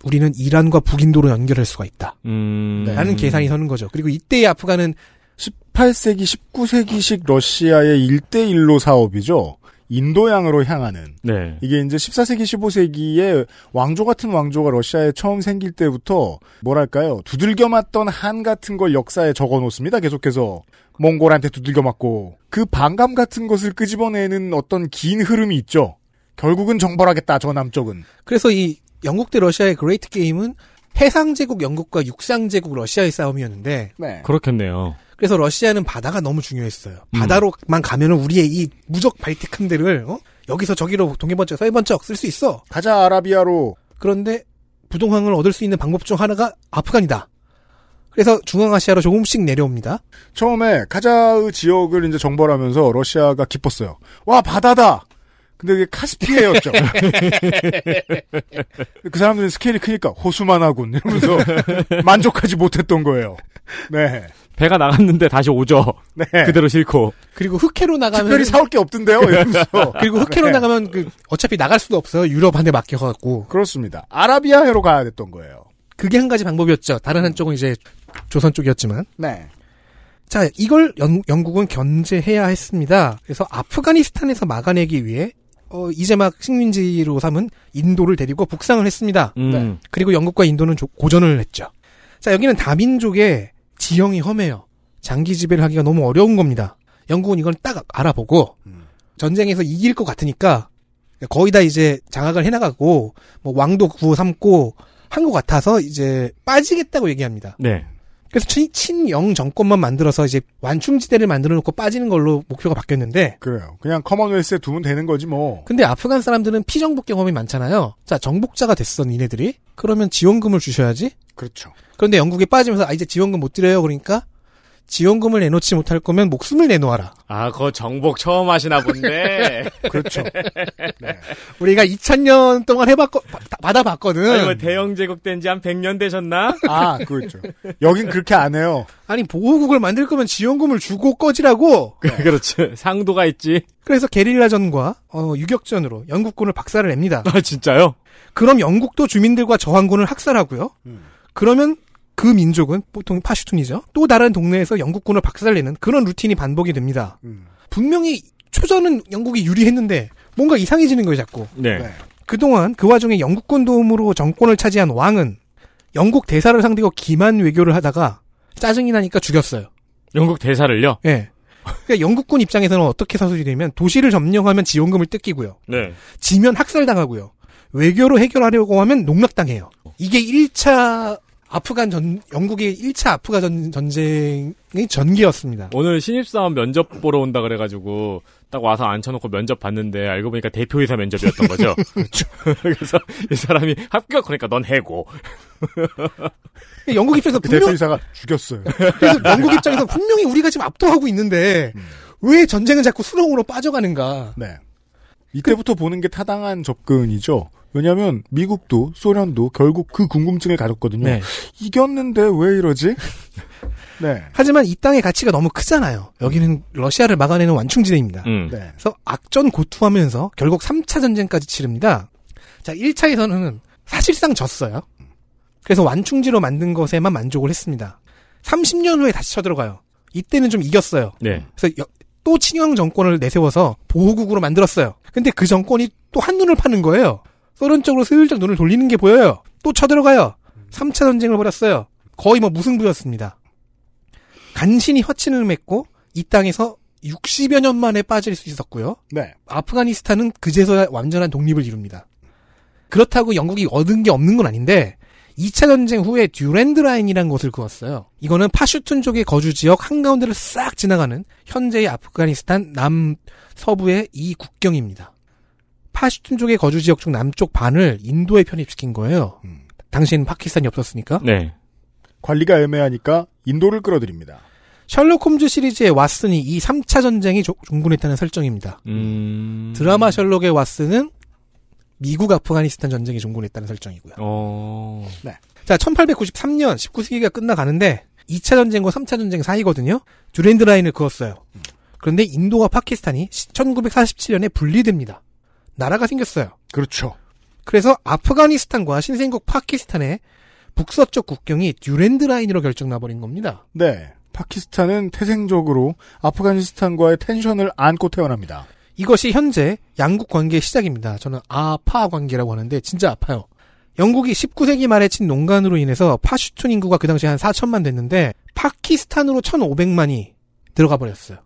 S11: 우리는 이란과 북인도로 연결할 수가 있다.
S3: 음.
S11: 네. 라는 계산이 서는 거죠. 그리고 이때의 아프간은
S2: 18세기, 19세기식 러시아의 1대1로 사업이죠. 인도양으로 향하는.
S3: 네.
S2: 이게 이제 14세기, 15세기에 왕조 같은 왕조가 러시아에 처음 생길 때부터 뭐랄까요. 두들겨 맞던 한 같은 걸 역사에 적어 놓습니다. 계속해서. 몽골한테 두들겨 맞고. 그 반감 같은 것을 끄집어내는 어떤 긴 흐름이 있죠. 결국은 정벌하겠다, 저 남쪽은.
S11: 그래서 이 영국 대 러시아의 그레이트 게임은 해상 제국 영국과 육상 제국 러시아의 싸움이었는데
S2: 네.
S3: 그렇겠네요.
S11: 그래서 러시아는 바다가 너무 중요했어요.
S3: 음.
S11: 바다로만 가면은 우리의 이 무적 발틱한 데를 어? 여기서 저기로 동해번쩍 서해번쩍 쓸 수 있어.
S2: 가자, 아라비아로.
S11: 그런데 부동항을 얻을 수 있는 방법 중 하나가 아프간이다. 그래서 중앙아시아로 조금씩 내려옵니다.
S2: 처음에 가자의 지역을 이제 정벌하면서 러시아가 기뻤어요. 와 바다다. 근데 그게 카스피해였죠. 그 사람들은 스케일이 크니까 호수만 하군 이러면서 만족하지 못했던 거예요. 네,
S3: 배가 나갔는데 다시 오죠.
S2: 네.
S3: 그대로 싫고.
S11: 그리고 흑해로 나가면
S2: 특별히 사올 게 없던데요. 이러면서
S11: 그리고 흑해로
S2: 네,
S11: 나가면 그 어차피 나갈 수도 없어요. 유럽한테 맡겨갖고
S2: 그렇습니다. 아라비아해로 가야 됐던 거예요.
S11: 그게 한 가지 방법이었죠. 다른 한쪽은 이제 조선 쪽이었지만
S2: 네,
S11: 자 이걸 영, 영국은 견제해야 했습니다. 그래서 아프가니스탄에서 막아내기 위해 어, 이제 막 식민지로 삼은 인도를 데리고 북상을 했습니다.
S3: 음.
S2: 네.
S11: 그리고 영국과 인도는 조- 고전을 했죠. 자, 여기는 다민족의 지형이 험해요. 장기 지배를 하기가 너무 어려운 겁니다. 영국은 이걸 딱 알아보고 전쟁에서 이길 것 같으니까 거의 다 이제 장악을 해나가고 뭐 왕도 구호 삼고 한 것 같아서 이제 빠지겠다고 얘기합니다.
S3: 네.
S11: 그래서 친, 친영 정권만 만들어서 이제 완충지대를 만들어 놓고 빠지는 걸로 목표가 바뀌었는데
S2: 그래요. 그냥 커먼웰스에 두면 되는 거지 뭐.
S11: 근데 아프간 사람들은 피정복 경험이 많잖아요. 자, 정복자가 됐어, 니네들이. 그러면 지원금을 주셔야지.
S2: 그렇죠.
S11: 그런데 영국에 빠지면서 아 이제 지원금 못 드려요 그러니까 지원금을 내놓지 못할 거면 목숨을 내놓아라.
S3: 아, 그거 정복 처음 하시나 본데.
S11: 그렇죠.
S2: 네.
S11: 우리가 2000년 동안 해봤고 받- 받아봤거든.
S3: 아니, 뭐 대영 제국 된 지 한 100년 되셨나?
S2: 아, 그렇죠. 여긴 그렇게 안 해요.
S11: 아니 보호국을 만들 거면 지원금을 주고 꺼지라고.
S3: 그렇죠. 상도가 있지.
S11: 그래서 게릴라전과 어, 유격전으로 영국군을 박살을 냅니다.
S3: 아, 진짜요?
S11: 그럼 영국도 주민들과 저항군을 학살하고요.
S3: 음.
S11: 그러면 그 민족은 보통 파슈툰이죠. 또 다른 동네에서 영국군을 박살내는 그런 루틴이 반복이 됩니다.
S3: 음.
S11: 분명히 초전은 영국이 유리했는데 뭔가 이상해지는 거예요, 자꾸.
S3: 네.
S11: 그동안 그 와중에 영국군 도움으로 정권을 차지한 왕은 영국 대사를 상대로 기만 외교를 하다가 짜증이 나니까 죽였어요.
S3: 영국 대사를요?
S11: 예. 그러니까 영국군 입장에서는 어떻게 사술이 되면 도시를 점령하면 지원금을 뜯기고요.
S3: 네.
S11: 지면 학살당하고요. 외교로 해결하려고 하면 농락당해요. 이게 1차 아프간 전, 영국의 1차 아프간 전, 전쟁의 전개였습니다.
S3: 오늘 신입사원 면접 보러 온다 그래가지고 딱 와서 앉혀놓고 면접 봤는데 알고 보니까 대표이사 면접이었던 거죠. 그래서 이 사람이 합격 그러니까 넌 해고.
S11: 그러니까 영국 입장에서
S2: 그
S11: 분명,
S2: 대표이사가 죽였어요.
S11: 그래서 영국 입장에서 분명히 우리가 지금 압도하고 있는데,
S2: 음.
S11: 왜 전쟁은 자꾸 수렁으로 빠져가는가.
S2: 네. 이때부터 보는 게 타당한 접근이죠. 왜냐하면 미국도 소련도 결국 그 궁금증을 가졌거든요.
S11: 네.
S2: 이겼는데 왜 이러지? 네.
S11: 하지만 이 땅의 가치가 너무 크잖아요. 여기는 러시아를 막아내는 완충지대입니다.
S3: 음.
S2: 네.
S11: 그래서 악전 고투하면서 결국 3차 전쟁까지 치릅니다. 자, 1차에서는 사실상 졌어요. 그래서 완충지로 만든 것에만 만족을 했습니다. 30년 후에 다시 쳐들어가요. 이때는 좀 이겼어요.
S3: 네.
S11: 그래서 여- 또 친형 정권을 내세워서 보호국으로 만들었어요. 근데 그 정권이 또 한눈을 파는 거예요. 소련 쪽으로 슬쩍 눈을 돌리는 게 보여요. 또 쳐들어가요. 3차 전쟁을 벌였어요. 거의 뭐 무승부였습니다. 간신히 허친을 맺고 이 땅에서 60여 년 만에 빠질 수 있었고요.
S2: 네.
S11: 아프가니스탄은 그제서야 완전한 독립을 이룹니다. 그렇다고 영국이 얻은 게 없는 건 아닌데 2차 전쟁 후에 듀랜드 라인이라는 것을 그었어요. 이거는 파슈툰 쪽의 거주 지역 한가운데를 싹 지나가는 현재의 아프가니스탄 남서부의 이 국경입니다. 파슈툰 쪽의 거주 지역 중 남쪽 반을 인도에 편입시킨 거예요. 당시에는 파키스탄이 없었으니까.
S3: 네.
S2: 관리가 애매하니까 인도를 끌어들입니다.
S11: 셜록 홈즈 시리즈의 왓슨이 이 3차 전쟁이 조- 종군했다는 설정입니다.
S3: 음.
S11: 드라마 셜록의 왓슨은 미국 아프가니스탄 전쟁이 종군했다는 설정이고요.
S3: 어.
S2: 네.
S11: 자, 1893년 19세기가 끝나가는데 2차 전쟁과 3차 전쟁 사이거든요. 듀랜드 라인을 그었어요. 그런데 인도와 파키스탄이 1947년에 분리됩니다. 나라가 생겼어요.
S2: 그렇죠.
S11: 그래서 아프가니스탄과 신생국 파키스탄의 북서쪽 국경이 듀랜드 라인으로 결정나버린 겁니다.
S2: 네. 파키스탄은 태생적으로 아프가니스탄과의 텐션을 안고 태어납니다.
S11: 이것이 현재 양국 관계의 시작입니다. 저는 아파 관계라고 하는데 진짜 아파요. 영국이 19세기 말에 친 농간으로 인해서 파슈툰 인구가 그 당시에 한 4천만 됐는데 파키스탄으로 1,500만이 들어가 버렸어요.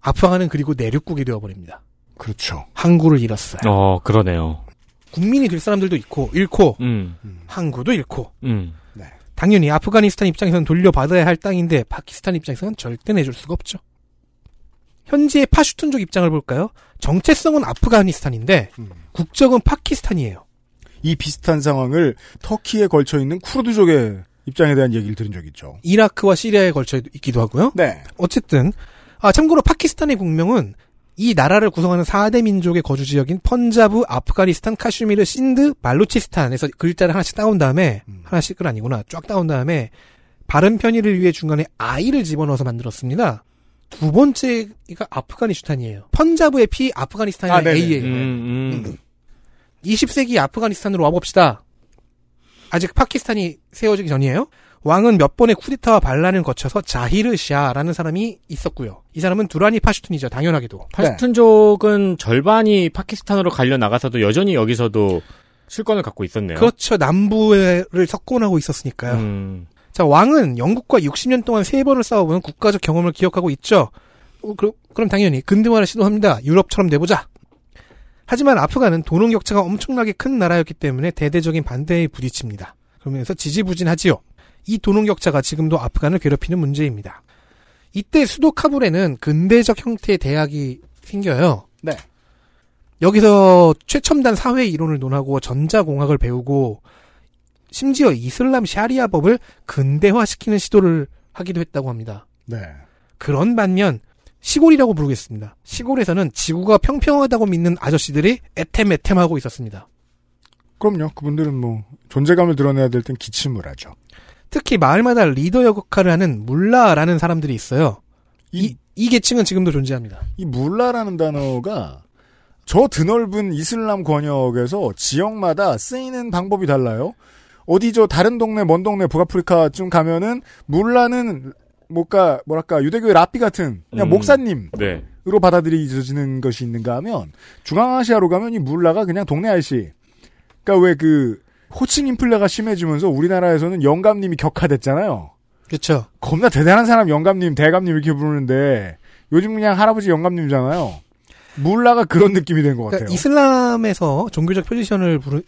S11: 아프간은 그리고 내륙국이 되어버립니다.
S2: 그렇죠.
S11: 항구를 잃었어요.
S3: 어, 그러네요.
S11: 국민이 될 사람들도 잃고 잃고
S3: 음.
S11: 항구도 잃고
S3: 음.
S11: 당연히 아프가니스탄 입장에서는 돌려받아야 할 땅인데 파키스탄 입장에서는 절대 내줄 수가 없죠. 현지의 파슈툰족 입장을 볼까요? 정체성은 아프가니스탄인데 국적은 파키스탄이에요.
S2: 이 비슷한 상황을 터키에 걸쳐 있는 쿠르드족의 입장에 대한 얘기를 들은 적이 있죠.
S11: 이라크와 시리아에 걸쳐 있기도 하고요.
S2: 네.
S11: 어쨌든 아 참고로 파키스탄의 국명은 이 나라를 구성하는 4대 민족의 거주 지역인 펀자브, 아프가니스탄, 카슈미르, 신드, 발루치스탄에서 글자를 하나씩 따온 다음에 하나씩은 아니구나 쫙 따온 다음에 발음 편의를 위해 중간에 아이를 집어넣어서 만들었습니다. 두 번째가 아프가니스탄이에요. 펀자브의 P, 아프가니스탄의
S2: 아, 네네.
S11: A예요.
S3: 음, 음.
S11: 20세기 아프가니스탄으로 와봅시다. 아직 파키스탄이 세워지기 전이에요. 왕은 몇 번의 쿠데타와 반란을 거쳐서 자히르 샤라는 사람이 있었고요. 이 사람은 두라니 파슈툰이죠. 당연하게도.
S3: 파슈툰족은 절반이 파키스탄으로 갈려 나가서도 여전히 여기서도 실권을 갖고 있었네요.
S11: 그렇죠. 남부를 석권하고 있었으니까요.
S3: 음.
S11: 자, 왕은 영국과 60년 동안 세 번을 싸워본 국가적 경험을 기억하고 있죠. 어, 그, 럼 당연히 근대화를 시도합니다. 유럽처럼 내보자. 하지만 아프간은 도농 격차가 엄청나게 큰 나라였기 때문에 대대적인 반대에 부딪힙니다. 그러면서 지지부진하지요. 이 도농 격차가 지금도 아프간을 괴롭히는 문제입니다. 이때 수도 카불에는 근대적 형태의 대학이 생겨요.
S2: 네.
S11: 여기서 최첨단 사회 이론을 논하고 전자공학을 배우고 심지어 이슬람 샤리아법을 근대화시키는 시도를 하기도 했다고 합니다.
S2: 네.
S11: 그런 반면 시골이라고 부르겠습니다. 시골에서는 지구가 평평하다고 믿는 아저씨들이 애템애템하고 있었습니다.
S2: 그럼요. 그분들은 뭐 존재감을 드러내야 될 땐 기침을 하죠.
S11: 특히 마을마다 리더 역할을 하는 물라라는 사람들이 있어요. 이, 이 계층은 지금도 존재합니다.
S2: 이 물라라는 단어가 저 드넓은 이슬람 권역에서 지역마다 쓰이는 방법이 달라요. 어디 저 다른 동네 먼 동네 북아프리카쯤 가면은 물라는 뭐까 뭐랄까 유대교의 랍비 같은 그냥
S3: 음,
S2: 목사님
S3: 네.
S2: 으로 받아들여지는 것이 있는가 하면 중앙아시아로 가면 이 물라가 그냥 동네 아저씨. 그러니까 왜 그 호칭 인플레가 심해지면서 우리나라에서는 영감님이 격화됐잖아요.
S11: 그렇죠.
S2: 겁나 대단한 사람 영감님, 대감님 이렇게 부르는데 요즘 그냥 할아버지 영감님이잖아요. 물라가 그런 느낌이 된 것 같아요.
S11: 그러니까 이슬람에서 종교적 포지션을 부르,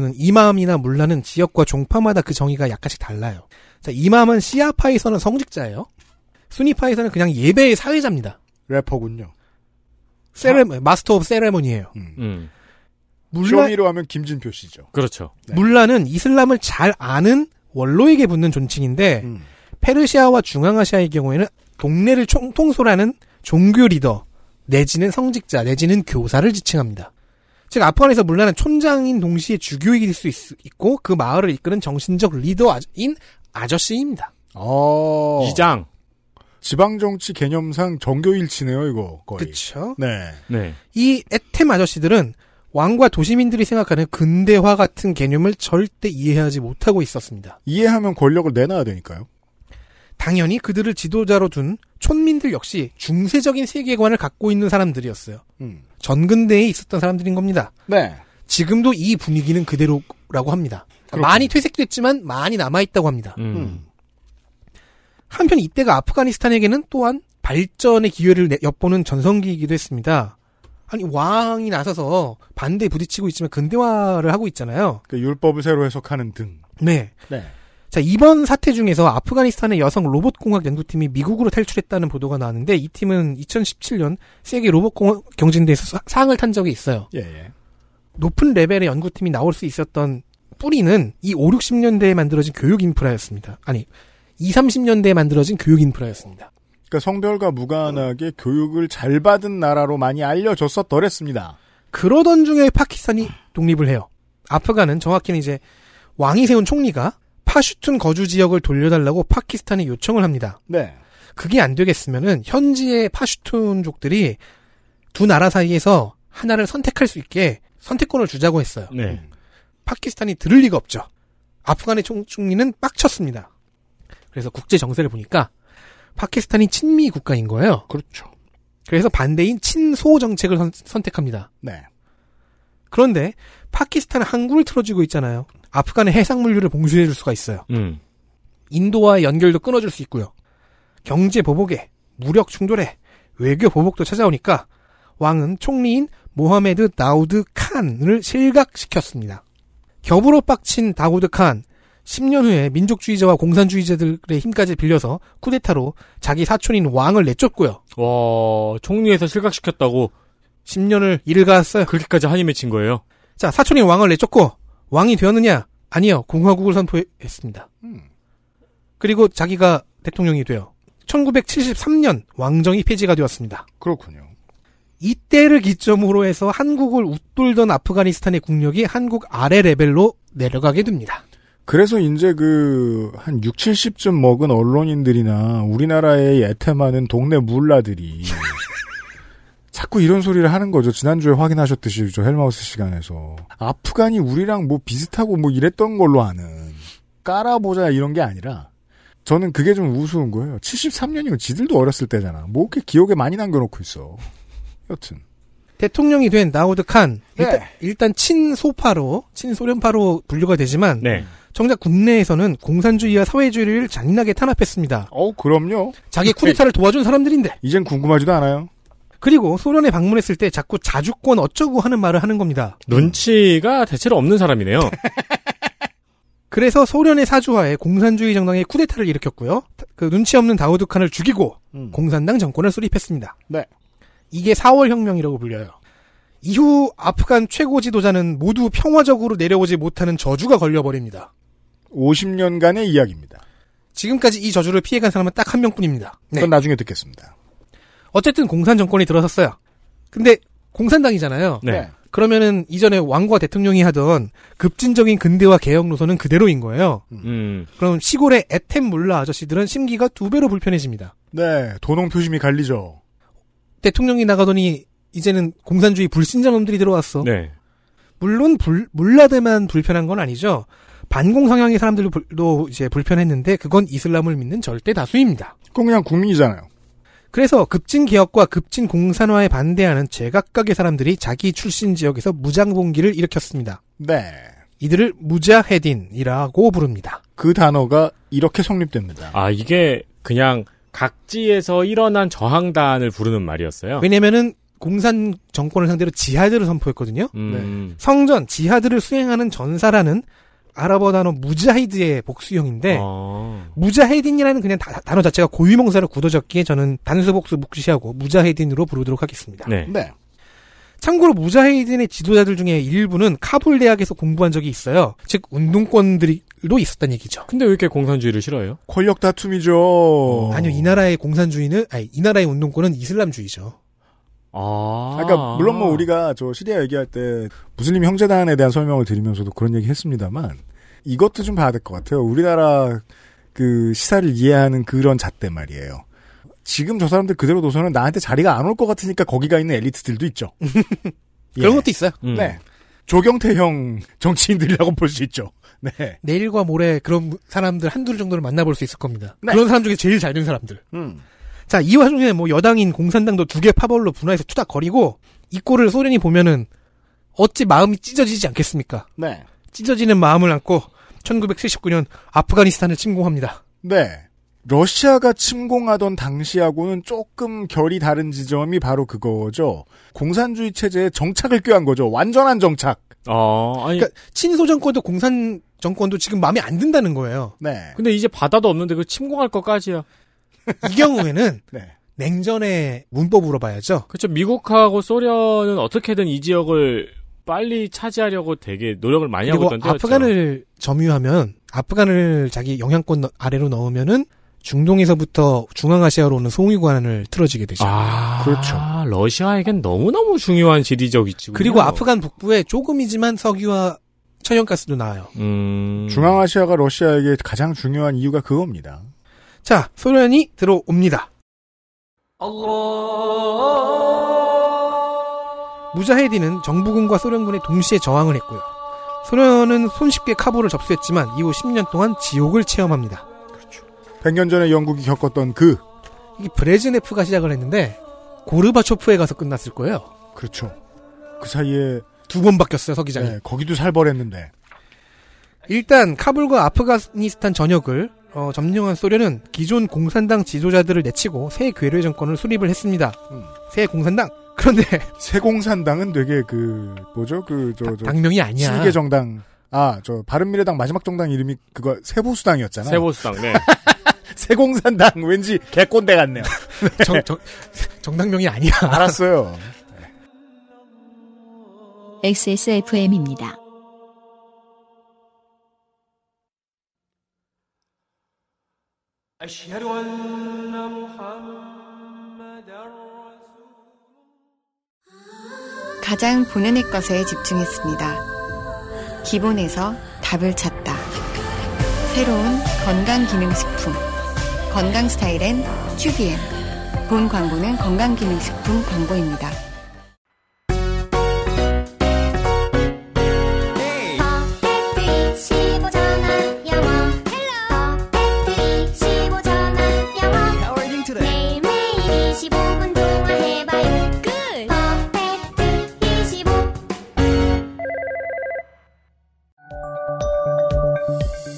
S11: 는 이맘이나 물라는 지역과 종파마다 그 정의가 약간씩 달라요. 자, 이맘은 시아파에서는 성직자예요. 수니파에서는 그냥 예배의 사회자입니다.
S2: 래퍼군요.
S11: 세레, 마스터 오브 세레머니예요.
S3: 음.
S11: 물라,
S2: 쇼미로 네. 하면 김진표 씨죠.
S3: 그렇죠.
S11: 물라는 이슬람을 잘 아는 원로에게 붙는 존칭인데
S2: 음.
S11: 페르시아와 중앙아시아의 경우에는 동네를 총, 통솔하는 종교 리더 내지는 성직자 내지는 교사를 지칭합니다. 즉 아프간에서 물라는 촌장인 동시에 주교이길 수 있, 고그 마을을 이끄는 정신적 리더인 아저씨입니다.
S2: 어.
S3: 이장.
S2: 지방 정치 개념상 정교 일치네요, 이거 거의.
S11: 그렇죠.
S2: 네.
S3: 네.
S11: 이 에템 아저씨들은 왕과 도시민들이 생각하는 근대화 같은 개념을 절대 이해하지 못하고 있었습니다.
S2: 이해하면 권력을 내놔야 되니까요.
S11: 당연히 그들을 지도자로 둔 촌민들 역시 중세적인 세계관을 갖고 있는 사람들이었어요.
S2: 음.
S11: 전근대에 있었던 사람들인 겁니다.
S2: 네.
S11: 지금도 이 분위기는 그대로라고 합니다. 많이 퇴색됐지만 많이 남아있다고 합니다.
S2: 음.
S11: 한편 이때가 아프가니스탄에게는 또한 발전의 기회를 내- 엿보는 전성기이기도 했습니다. 아니 왕이 나서서 반대에 부딪히고 있지만 근대화를 하고 있잖아요.
S2: 그 율법을 새로 해석하는 등.
S11: 네.
S2: 네.
S11: 자, 이번 사태 중에서 아프가니스탄의 여성 로봇공학 연구팀이 미국으로 탈출했다는 보도가 나왔는데 이 팀은 2017년 세계 로봇공학 경진대에서 사- 상을 탄 적이 있어요.
S2: 예, 예.
S11: 높은 레벨의 연구팀이 나올 수 있었던 뿌리는 이 5, 60년대에 만들어진 교육 인프라였습니다. 아니, 2, 30년대에 만들어진 교육 인프라였습니다.
S2: 그러니까 성별과 무관하게 교육을 잘 받은 나라로 많이 알려졌었더랬습니다.
S11: 그러던 중에 파키스탄이 독립을 해요. 아프간은 정확히는 이제 왕이 세운 총리가 파슈툰 거주 지역을 돌려달라고 파키스탄에 요청을 합니다.
S2: 네.
S11: 그게 안 되겠으면은 현지의 파슈툰족들이 두 나라 사이에서 하나를 선택할 수 있게 선택권을 주자고 했어요.
S3: 네.
S11: 파키스탄이 들을 리가 없죠. 아프간의 총- 총리는 빡쳤습니다. 그래서 국제 정세를 보니까 파키스탄이 친미 국가인 거예요.
S2: 그렇죠.
S11: 그래서 반대인 친소 정책을 선- 선택합니다.
S2: 네.
S11: 그런데 파키스탄 항구를 틀어주고 있잖아요. 아프간의 해상 물류를 봉쇄해 줄 수가 있어요.
S3: 음.
S11: 인도와의 연결도 끊어줄 수 있고요. 경제 보복에 무력 충돌에 외교 보복도 찾아오니까 왕은 총리인 모하메드 다우드 칸을 실각시켰습니다. 겹으로 빡친 다우드 칸 10년 후에 민족주의자와 공산주의자들의 힘까지 빌려서 쿠데타로 자기 사촌인 왕을 내쫓고요.
S3: 와, 총리에서 실각시켰다고
S11: 10년을 일가했어요.
S3: 그렇게까지 한이 맺힌 거예요?
S11: 자, 사촌인 왕을 내쫓고 왕이 되었느냐? 아니요. 공화국을 선포했습니다.
S2: 음.
S11: 그리고 자기가 대통령이 돼요. 1973년 왕정이 폐지가 되었습니다.
S2: 그렇군요.
S11: 이때를 기점으로 해서 한국을 웃돌던 아프가니스탄의 국력이 한국 아래 레벨로 내려가게 됩니다.
S2: 그래서 이제 그 한 6, 70쯤 먹은 언론인들이나 우리나라의 애템하는 동네 물라들이 자꾸 이런 소리를 하는 거죠. 지난주에 확인하셨듯이 저 헬마우스 시간에서 아프간이 우리랑 뭐 비슷하고 뭐 이랬던 걸로 아는 깔아보자 이런 게 아니라 저는 그게 좀 우스운 거예요. 73년이면 지들도 어렸을 때잖아. 뭐 이렇게 기억에 많이 남겨놓고 있어. 여튼
S11: 대통령이 된 나우드 칸
S2: 네.
S11: 일단, 일단 친소파로 친소련파로 분류가 되지만
S3: 네.
S11: 정작 국내에서는 공산주의와 사회주의를 잔인하게 탄압했습니다.
S2: 어 그럼요.
S11: 자기 쿠데타를 도와준 사람들인데
S2: 이젠 궁금하지도 않아요.
S11: 그리고 소련에 방문했을 때 자꾸 자주권 어쩌고 하는 말을 하는 겁니다.
S3: 눈치가 대체로 없는 사람이네요.
S11: 그래서 소련의 사주하에 공산주의 정당의 쿠데타를 일으켰고요. 그 눈치 없는 다우드 칸을 죽이고 공산당 정권을 수립했습니다.
S2: 네.
S11: 이게 4월 혁명이라고 불려요. 이후 아프간 최고 지도자는 모두 평화적으로 내려오지 못하는 저주가 걸려버립니다.
S2: 50년간의 이야기입니다.
S11: 지금까지 이 저주를 피해간 사람은 딱 한 명뿐입니다. 네.
S2: 그건 나중에 듣겠습니다.
S11: 어쨌든 공산 정권이 들어섰어요. 근데 공산당이잖아요.
S2: 네.
S11: 그러면은 이전에 왕과 대통령이 하던 급진적인 근대화 개혁 노선은 그대로인 거예요.
S3: 음.
S11: 그럼 시골의 애템 몰라 아저씨들은 심기가 두 배로 불편해집니다.
S2: 네, 도농 표심이 갈리죠.
S11: 대통령이 나가더니 이제는 공산주의 불신자놈들이 들어왔어.
S3: 네.
S11: 물론 불, 물라데만 불편한 건 아니죠. 반공 성향의 사람들도 불- 도 이제 불편했는데 그건 이슬람을 믿는 절대 다수입니다.
S2: 그건 그냥 국민이잖아요.
S11: 그래서 급진 개혁과 급진 공산화에 반대하는 제각각의 사람들이 자기 출신 지역에서 무장봉기를 일으켰습니다.
S2: 네.
S11: 이들을 무자헤딘이라고 부릅니다.
S2: 그 단어가 이렇게 성립됩니다.
S3: 아, 이게 그냥 각지에서 일어난 저항단을 부르는 말이었어요.
S11: 왜냐면은 공산 정권을 상대로 지하드를 선포했거든요.
S3: 음.
S11: 성전 지하드를 수행하는 전사라는 아랍어 단어 무자히드의 복수형인데
S3: 어.
S11: 무자헤딘이라는 그냥 다- 단어 자체가 고유명사로 굳어졌기에 저는 단수 복수 묵시하고 무자헤딘으로 부르도록 하겠습니다.
S3: 네.
S2: 네.
S11: 참고로 무자헤딘의 지도자들 중에 일부는 카불 대학에서 공부한 적이 있어요. 즉 운동권들이도 있었다는 얘기죠.
S3: 근데 왜 이렇게 공산주의를 싫어해요?
S2: 권력 다툼이죠.
S11: 음, 아니요, 이 나라의 공산주의는 아니 이 나라의 운동권은 이슬람주의죠.
S3: 아.
S2: 그러니까 물론 뭐 우리가 저 시리아 얘기할 때 무슬림 형제단에 대한 설명을 드리면서도 그런 얘기 했습니다만 이것도 좀 봐야 될 것 같아요. 우리나라 그 시사를 이해하는 그런 잣대 말이에요. 지금 저 사람들 그대로 둬서는 나한테 자리가 안 올 것 같으니까 거기가 있는 엘리트들도 있죠. 예.
S11: 그런 것도 있어요.
S3: 음.
S2: 네. 조경태형 정치인들이라고 볼 수 있죠. 네.
S11: 내일과 모레 그런 사람들 한둘 정도를 만나볼 수 있을 겁니다.
S2: 네.
S11: 그런 사람 중에 제일 잘 된 사람들.
S2: 음.
S11: 자, 이 와중에 뭐 여당인 공산당도 두 개 파벌로 분화해서 투닥거리고 이 꼴을 소련이 보면은 어찌 마음이 찢어지지 않겠습니까?
S2: 네.
S11: 찢어지는 마음을 안고 1979년 아프가니스탄을 침공합니다.
S2: 네. 러시아가 침공하던 당시하고는 조금 결이 다른 지점이 바로 그거죠. 공산주의 체제에 정착을 꾀한 거죠. 완전한 정착.
S3: 아, 아니.
S11: 그러니까 친소 정권도 공산 정권도 지금 마음에 안 든다는 거예요.
S2: 네.
S3: 근데 이제 바다도 없는데 그 침공할 것까지야.
S11: 이 경우에는
S2: 네.
S11: 냉전의 문법으로 봐야죠.
S3: 그렇죠. 미국하고 소련은 어떻게든 이 지역을 빨리 차지하려고 되게 노력을 많이 하고
S11: 그리고
S3: 있던 때였죠.
S11: 아프간을 점유하면 아프간을 자기 영향권 너- 아래로 넣으면은 중동에서부터 중앙아시아로 오는 송유관을 틀어지게 되죠.
S3: 아,
S2: 그렇죠.
S3: 러시아에겐 너무너무 중요한 지리적 위치.
S11: 그리고 아프간 북부에 조금이지만 석유와 천연가스도 나와요.
S3: 음.
S2: 중앙아시아가 러시아에게 가장 중요한 이유가 그겁니다.
S11: 자, 소련이 들어옵니다. 무자헤딘은 정부군과 소련군에 동시에 저항을 했고요. 소련은 손쉽게 카보를 접수했지만 이후 10년 동안 지옥을 체험합니다.
S2: 100년 전에 영국이 겪었던 그
S11: 이게 브레즈네프가 시작을 했는데 고르바초프에 가서 끝났을 거예요.
S2: 그렇죠. 그 사이에
S11: 두 번 바뀌었어요, 서기장이.
S2: 네, 거기도 살벌했는데
S11: 일단 카불과 아프가니스탄 전역을 어, 점령한 소련은 기존 공산당 지도자들을 내치고 새 괴뢰 정권을 수립을 했습니다.
S2: 음.
S11: 새 공산당. 그런데
S2: 새공산당은 되게 그 뭐죠 그저저
S11: 당명이 아니야.
S2: 실계 정당 아 저 바른미래당 마지막 정당 이름이 그거 새보수당이었잖아.
S3: 세보수당, 네.
S2: 새공산당 왠지 개꼰대 같네요.
S11: 정, 정, 정당명이 아니야.
S2: 알았어요.
S1: XSFM입니다.
S10: أشهد أن محمد
S8: 가장 본연의 것에 집중했습니다. 기본에서 답을 찾다. 새로운 건강기능식품. 건강 스타일엔 튜비엔. 본 광고는 건강기능식품 광고입니다.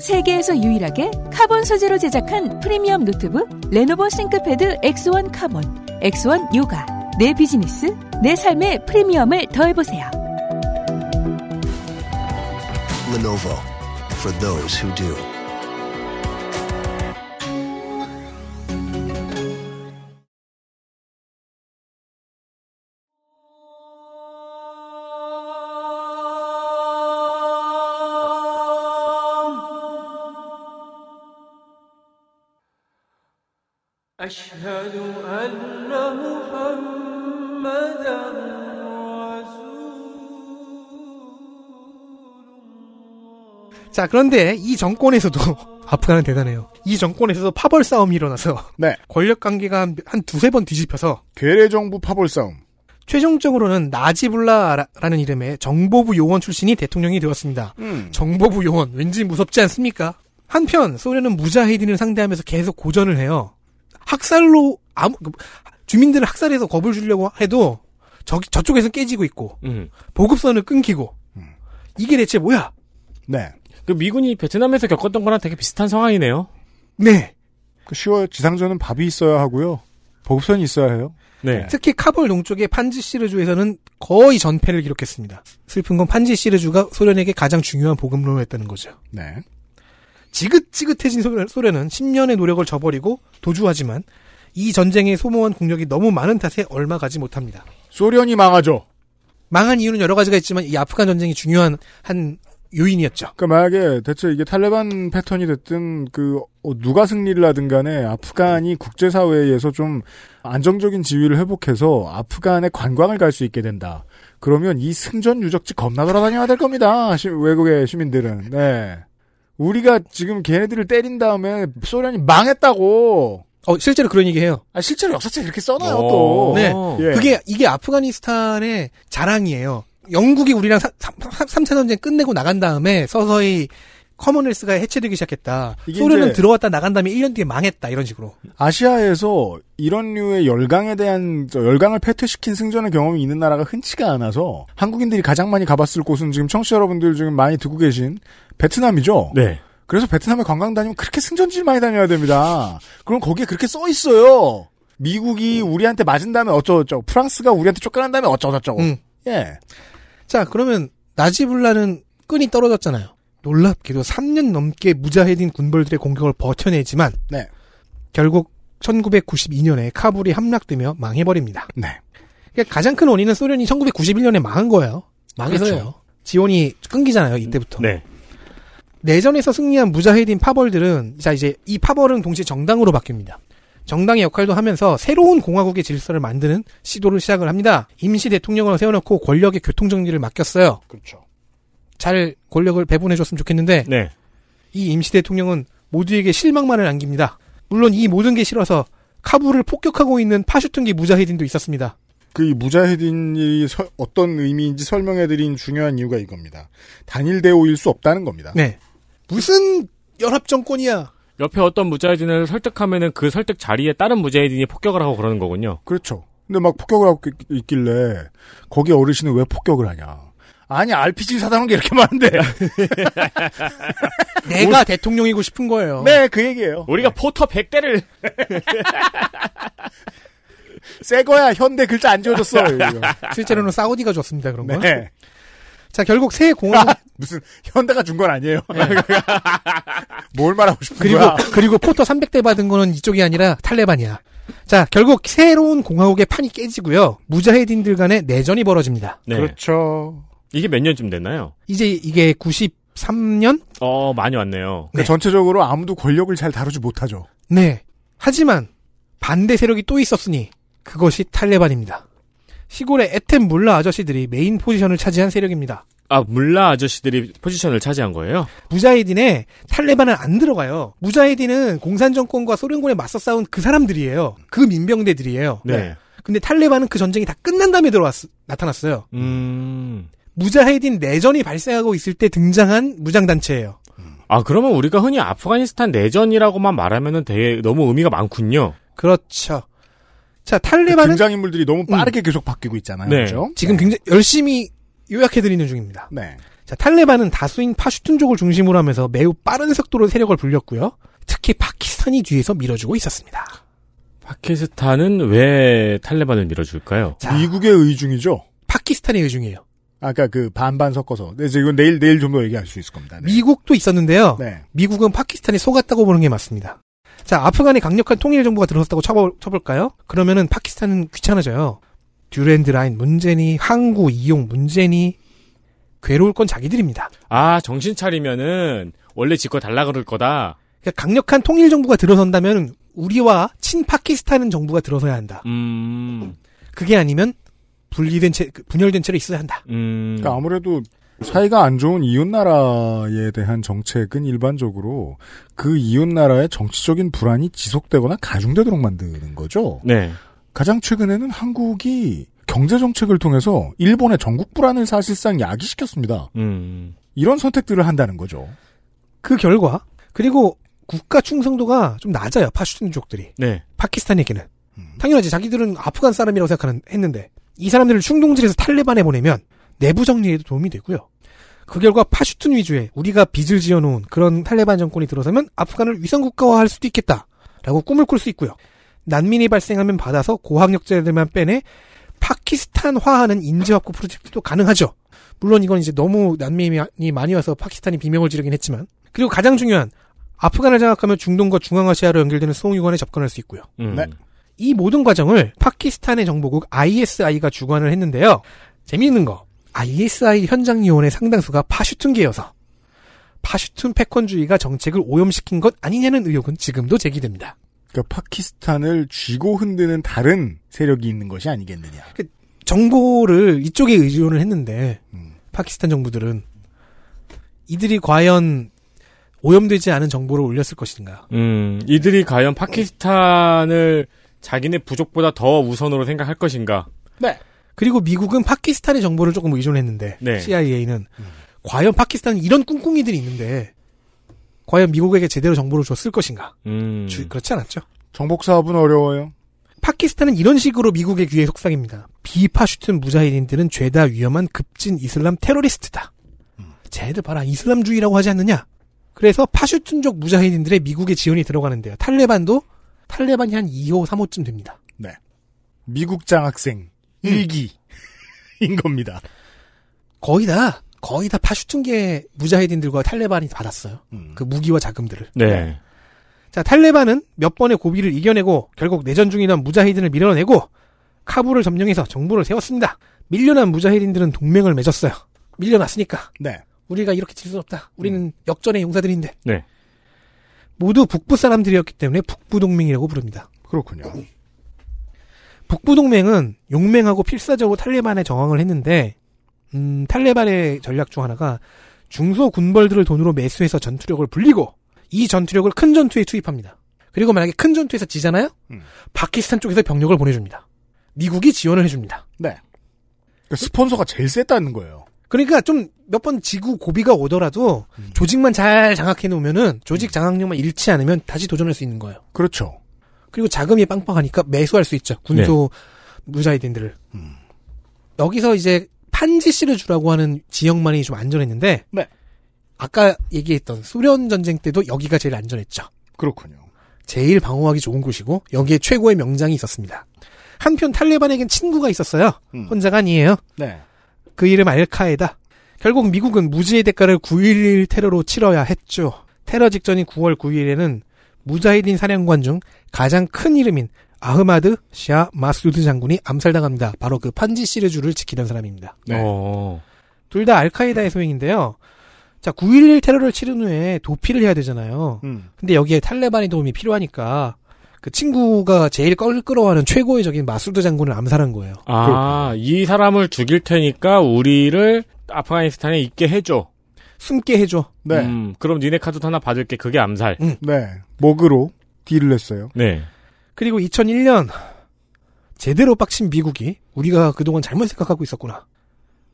S6: 세계에서 유일하게 카본 소재로 제작한 프리미엄 노트북 레노버 싱크패드 X1 카본, X1 요가. 내 비즈니스, 내 삶의 프리미엄을 더해보세요.
S7: Lenovo for those who do.
S10: أشهد أن محمدا رسول
S11: 자, 그런데 이 정권에서도 아프간은 대단해요. 이 정권에서도 파벌 싸움이 일어나서 권력 관계가 한, 한 두세 번 뒤집혀서
S2: 네. 괴뢰 정부 파벌 싸움.
S11: 최종적으로는 나지불라라는 이름의 정보부 요원 출신이 대통령이 되었습니다.
S2: 음.
S11: 정보부 요원 왠지 무섭지 않습니까? 한편 소련은 무자헤딘을 상대하면서 계속 고전을 해요. 학살로 아무 그, 주민들을 학살해서 겁을 주려고 해도 저 저쪽에서 깨지고 있고
S3: 음.
S11: 보급선을 끊기고 이게 대체 뭐야?
S2: 네.
S3: 그 미군이 베트남에서 겪었던 거랑 되게 비슷한 상황이네요.
S11: 네.
S2: 그 쉬워요. 지상전은 밥이 있어야 하고요. 보급선이 있어야 해요.
S3: 네.
S11: 특히 카볼 동쪽의 판지 시르주에서는 거의 전패를 기록했습니다. 슬픈 건 판지 시르주가 소련에게 가장 중요한 보급로였다는 거죠.
S2: 네.
S11: 지긋지긋해진 소련- 소련은 10년의 노력을 저버리고 도주하지만 이 전쟁에 소모한 국력이 너무 많은 탓에 얼마 가지 못합니다.
S2: 소련이 망하죠.
S11: 망한 이유는 여러 가지가 있지만 이 아프간 전쟁이 중요한 한 요인이었죠.
S2: 그러니까 만약에 대체 이게 탈레반 패턴이 됐든 그 어, 누가 승리를 하든 간에 아프간이 국제사회에서 좀 안정적인 지위를 회복해서 아프간에 관광을 갈 수 있게 된다. 그러면 이 승전 유적지 겁나 돌아다녀야 될 겁니다. 시- 외국의 시민들은. 네. 우리가 지금 걔네들을 때린 다음에 소련이 망했다고.
S11: 어, 실제로 그런 얘기해요.
S2: 아, 실제로 역사책에 이렇게 써놔요,
S11: 어.
S2: 또.
S11: 네.
S2: 예.
S11: 그게 이게 아프가니스탄의 자랑이에요. 영국이 우리랑 3, 차 전쟁 끝내고 나간 다음에 서서히 커먼웰스가 해체되기 시작했다.
S2: 이게
S11: 소련은
S2: 이제-
S11: 들어왔다 나간 다음에 1년 뒤에 망했다 이런 식으로.
S2: 아시아에서 이런 류의 열강에 대한 저 열강을 패퇴시킨 승전의 경험이 있는 나라가 흔치가 않아서 한국인들이 가장 많이 가봤을 곳은 지금 청취자 여러분들 지금 많이 듣고 계신 베트남이죠.
S3: 네.
S2: 그래서 베트남에 관광 다니면 그렇게 승전지를 많이 다녀야 됩니다. 그럼 거기에 그렇게 써 있어요. 미국이 우리한테 맞은 다음에 어쩌고저쩌고 프랑스가 우리한테 쫓겨난 다음에 어쩌고저쩌고.
S11: 음.
S2: 예.
S11: 자 그러면 나지불라는 끈이 떨어졌잖아요. 놀랍게도 3년 넘게 무자헤딘 군벌들의 공격을 버텨내지만
S2: 네.
S11: 결국 1992년에 카불이 함락되며 망해버립니다.
S2: 네.
S11: 그러니까 가장 큰 원인은 소련이 1991년에 망한 거예요. 망해서요.
S2: 그렇죠.
S11: 지원이 끊기잖아요. 이때부터.
S3: 네.
S11: 내전에서 승리한 무자헤딘 파벌들은 자 이제 이 파벌은 동시에 정당으로 바뀝니다. 정당의 역할도 하면서 새로운 공화국의 질서를 만드는 시도를 시작을 합니다. 임시 대통령을 세워놓고 권력의 교통 정리를 맡겼어요.
S2: 그렇죠.
S11: 잘 권력을 배분해줬으면 좋겠는데
S3: 네.
S11: 이 임시 대통령은 모두에게 실망만을 안깁니다. 물론 이 모든 게 싫어서 카불을 폭격하고 있는 파슈툰기 무자헤딘도 있었습니다.
S2: 그 이 무자헤딘이 서- 어떤 의미인지 설명해드린 중요한 이유가 이겁니다. 단일 대오일 수 없다는 겁니다.
S11: 네. 무슨 연합 정권이야?
S3: 옆에 어떤 무자헤딘을 설득하면은 그 설득 자리에 다른 무자헤딘이 폭격을 하고 그러는 거군요.
S2: 그렇죠. 근데 막 폭격을 하고 있- 있길래 거기 어르신은 왜 폭격을 하냐? 아니 RPG 사다 놓은 게 이렇게 많은데.
S11: 내가 대통령이고 싶은 거예요.
S2: 네, 그 얘기예요.
S3: 우리가 포터 100대를
S2: 새 거야 현대 글자 안
S11: 아,
S2: 지워졌어. 이거.
S11: 실제로는 사우디가 줬습니다 그런 건.
S2: 네.
S11: 자 결국 새 공화국
S2: 무슨 현대가 준 건 아니에요. 뭘 말하고 싶은
S11: 네. 그리고
S2: 거야?
S11: 그리고 포터 300대 받은 거는 이쪽이 아니라 탈레반이야. 자 결국 새로운 공화국의 판이 깨지고요. 무자헤딘들 간의 내전이 벌어집니다.
S3: 네.
S2: 그렇죠.
S3: 이게 몇 년쯤 됐나요?
S11: 이제 이게 93년?
S3: 어, 많이 왔네요.
S2: 그러니까 전체적으로 아무도 권력을 잘 다루지 못하죠. 그
S11: 네. 하지만 반대 세력이 또 있었으니 그것이 탈레반입니다. 시골의 에템 물라 아저씨들이 메인 포지션을 차지한 세력입니다.
S3: 아, 물라 아저씨들이 포지션을 차지한 거예요?
S11: 무자헤딘에 탈레반은 안 들어가요. 무자헤딘은 공산 정권과 소련군에 맞서 싸운 그 사람들이에요. 그 민병대들이에요.
S3: 네.
S11: 근데 탈레반은 그 전쟁이 다 끝난 다음에 들어왔 나타났어요.
S3: 음.
S11: 무자헤딘 내전이 발생하고 있을 때 등장한 무장단체예요.
S3: 아, 그러면 우리가 흔히 아프가니스탄 내전이라고만 말하면은 되게 너무 의미가 많군요.
S11: 그렇죠. 자,
S2: 그
S11: 탈레반은 음.
S2: 등장인물들이 너무 빠르게 계속 바뀌고 있잖아요.
S3: 네.
S2: 그렇죠?
S11: 지금 굉장히 열심히 요약해드리는 중입니다.
S2: 네.
S11: 자, 탈레반은 다수인 파슈툰족을 중심으로 하면서 매우 빠른 속도로 세력을 불렸고요. 특히 파키스탄이 뒤에서 밀어주고 있었습니다.
S3: 파키스탄은 왜 탈레반을 밀어줄까요?
S11: 자,
S2: 미국의 의중이죠.
S11: 파키스탄의 의중이에요.
S2: 아까 그 반반 섞어서. 네, 이제 이건 내일 내일 좀 더 얘기할 수 있을 겁니다. 네.
S11: 미국도 있었는데요.
S2: 네.
S11: 미국은 파키스탄이 속았다고 보는 게 맞습니다. 자, 아프간에 강력한 통일 정부가 들어섰다고 쳐볼, 쳐볼까요? 그러면은 파키스탄은 귀찮아져요. 듀랜드 라인 문제니, 항구 이용 문제니, 괴로울 건 자기들입니다.
S3: 아, 정신 차리면은 원래 지거 달라 그럴 거다.
S11: 그러니까 강력한 통일 정부가 들어선다면 우리와 친파키스탄은 정부가 들어서야 한다.
S3: 음.
S11: 그게 아니면 분리된 채, 그 분열된 채로 있어야 한다.
S3: 음.
S2: 그러니까 아무래도 사이가 안 좋은 이웃 나라에 대한 정책은 일반적으로 그 이웃 나라의 정치적인 불안이 지속되거나 가중되도록 만드는 거죠.
S3: 네.
S2: 가장 최근에는 한국이 경제 정책을 통해서 일본의 전국 불안을 사실상 야기시켰습니다.
S3: 음.
S2: 이런 선택들을 한다는 거죠.
S11: 그 결과 그리고 국가 충성도가 좀 낮아요 파슈tun족들이
S3: 네.
S11: 파키스탄 얘기는 당연하지 자기들은 아프간 사람이라고 생각하는 했는데 이 사람들을 충동질에서 탈레반에 보내면 내부 정리에도 도움이 되고요. 그 결과 파슈툰 위주의 우리가 빚을 지어놓은 그런 탈레반 정권이 들어서면 아프간을 위상 국가화할 수도 있겠다라고 꿈을 꿀 수 있고요. 난민이 발생하면 받아서 고학력자들만 빼내 파키스탄화하는 인재합고 프로젝트도 가능하죠. 물론 이건 이제 너무 난민이 많이 와서 파키스탄이 비명을 지르긴 했지만 그리고 가장 중요한 아프간을 장악하면 중동과 중앙아시아로 연결되는 수송유관에 접근할 수 있고요.
S3: 음.
S2: 네.
S11: 이 모든 과정을 파키스탄의 정보국 ISI가 주관을 했는데요. 재미있는 거. ISI 현장 요원의 상당수가 파슈툰계여서 파슈툰 패권주의가 정책을 오염시킨 것 아니냐는 의혹은 지금도 제기됩니다.
S2: 그러니까 파키스탄을 쥐고 흔드는 다른 세력이 있는 것이 아니겠느냐.
S11: 정보를 이쪽에 의존을 했는데 파키스탄 정부들은 이들이 과연 오염되지 않은 정보를 올렸을 것인가?
S3: 음, 이들이 과연 파키스탄을 자기네 부족보다 더 우선으로 생각할 것인가?
S2: 네.
S11: 그리고 미국은 파키스탄의 정보를 조금 의존했는데
S3: 네.
S11: CIA는 과연 파키스탄은 이런 꿍꿍이들이 있는데 과연 미국에게 제대로 정보를 줬을 것인가?
S3: 음.
S11: 주- 그렇지 않았죠.
S2: 정복 사업은 어려워요.
S11: 파키스탄은 이런 식으로 미국의 귀에 속삭입니다. 비파슈튼 무자히딘들은 죄다 위험한 급진 이슬람 테러리스트다.
S3: 음.
S11: 쟤들 봐라 이슬람주의라고 하지 않느냐? 그래서 파슈튼족 무자히딘들의 미국의 지원이 들어가는데요. 탈레반도 탈레반이 한 2호, 3호쯤 됩니다.
S2: 네. 미국 장학생 일기인 겁니다.
S11: 거의 다 거의 다 파슈툰계 무자히딘들과 탈레반이 받았어요.
S2: 음.
S11: 그 무기와 자금들을.
S3: 네.
S11: 자, 탈레반은 몇 번의 고비를 이겨내고 결국 내전 중이던 무자히딘을 밀어내고 카불을 점령해서 정부를 세웠습니다. 밀려난 무자히딘들은 동맹을 맺었어요. 밀려났으니까
S2: 네.
S11: 우리가 이렇게 질 수 없다. 우리는 역전의 용사들인데
S3: 네.
S11: 모두 북부 사람들이었기 때문에 북부 동맹이라고 부릅니다.
S2: 그렇군요.
S11: 북부 동맹은 용맹하고 필사적으로 탈레반에 저항을 했는데 음, 탈레반의 전략 중 하나가 중소 군벌들을 돈으로 매수해서 전투력을 불리고 이 전투력을 큰 전투에 투입합니다. 그리고 만약에 큰 전투에서 지잖아요? 파키스탄 쪽에서 병력을 보내줍니다. 미국이 지원을 해줍니다.
S2: 네. 그러니까 스폰서가 제일 셌다는 거예요.
S11: 그러니까 좀 몇 번 지구 고비가 오더라도 조직만 잘 장악해 놓으면은 조직 장악력만 잃지 않으면 다시 도전할 수 있는 거예요.
S2: 그렇죠.
S11: 그리고 자금이 빵빵하니까 매수할 수 있죠. 군소 무자히딘들을. 여기서 이제 판지 시르주라고 하는 지역만이 좀 안전했는데
S2: 네.
S11: 아까 얘기했던 소련 전쟁 때도 여기가 제일 안전했죠.
S2: 그렇군요.
S11: 제일 방어하기 좋은 곳이고 여기에 최고의 명장이 있었습니다. 한편 탈레반에겐 친구가 있었어요. 혼자가 아니에요.
S2: 네.
S11: 그 이름 알카에다. 결국 미국은 무지의 대가를 9.11 테러로 치러야 했죠. 테러 직전인 9월 9일에는 무자히딘 사령관 중 가장 큰 이름인 아흐마드 샤 마수드 장군이 암살당합니다. 바로 그 판지 시르주를 지키던 사람입니다.
S2: 네.
S3: 어.
S11: 둘 다 알카에다의 소행인데요. 자, 9.11 테러를 치른 후에 도피를 해야 되잖아요.
S2: 음.
S11: 근데 여기에 탈레반의 도움이 필요하니까 그 친구가 제일 껄끄러워하는 최고의 적인 마수드 장군을 암살한 거예요.
S3: 아,
S2: 그-
S3: 이 사람을 죽일 테니까 우리를 아프가니스탄에 있게 해줘.
S11: 숨게 해줘.
S2: 네.
S3: 음, 그럼 니네 카드 하나 받을게. 그게 암살.
S2: 네. 먹으로 딜을 했어요.
S3: 네.
S11: 그리고 2001년 제대로 빡친 미국이 우리가 그동안 잘못 생각하고 있었구나.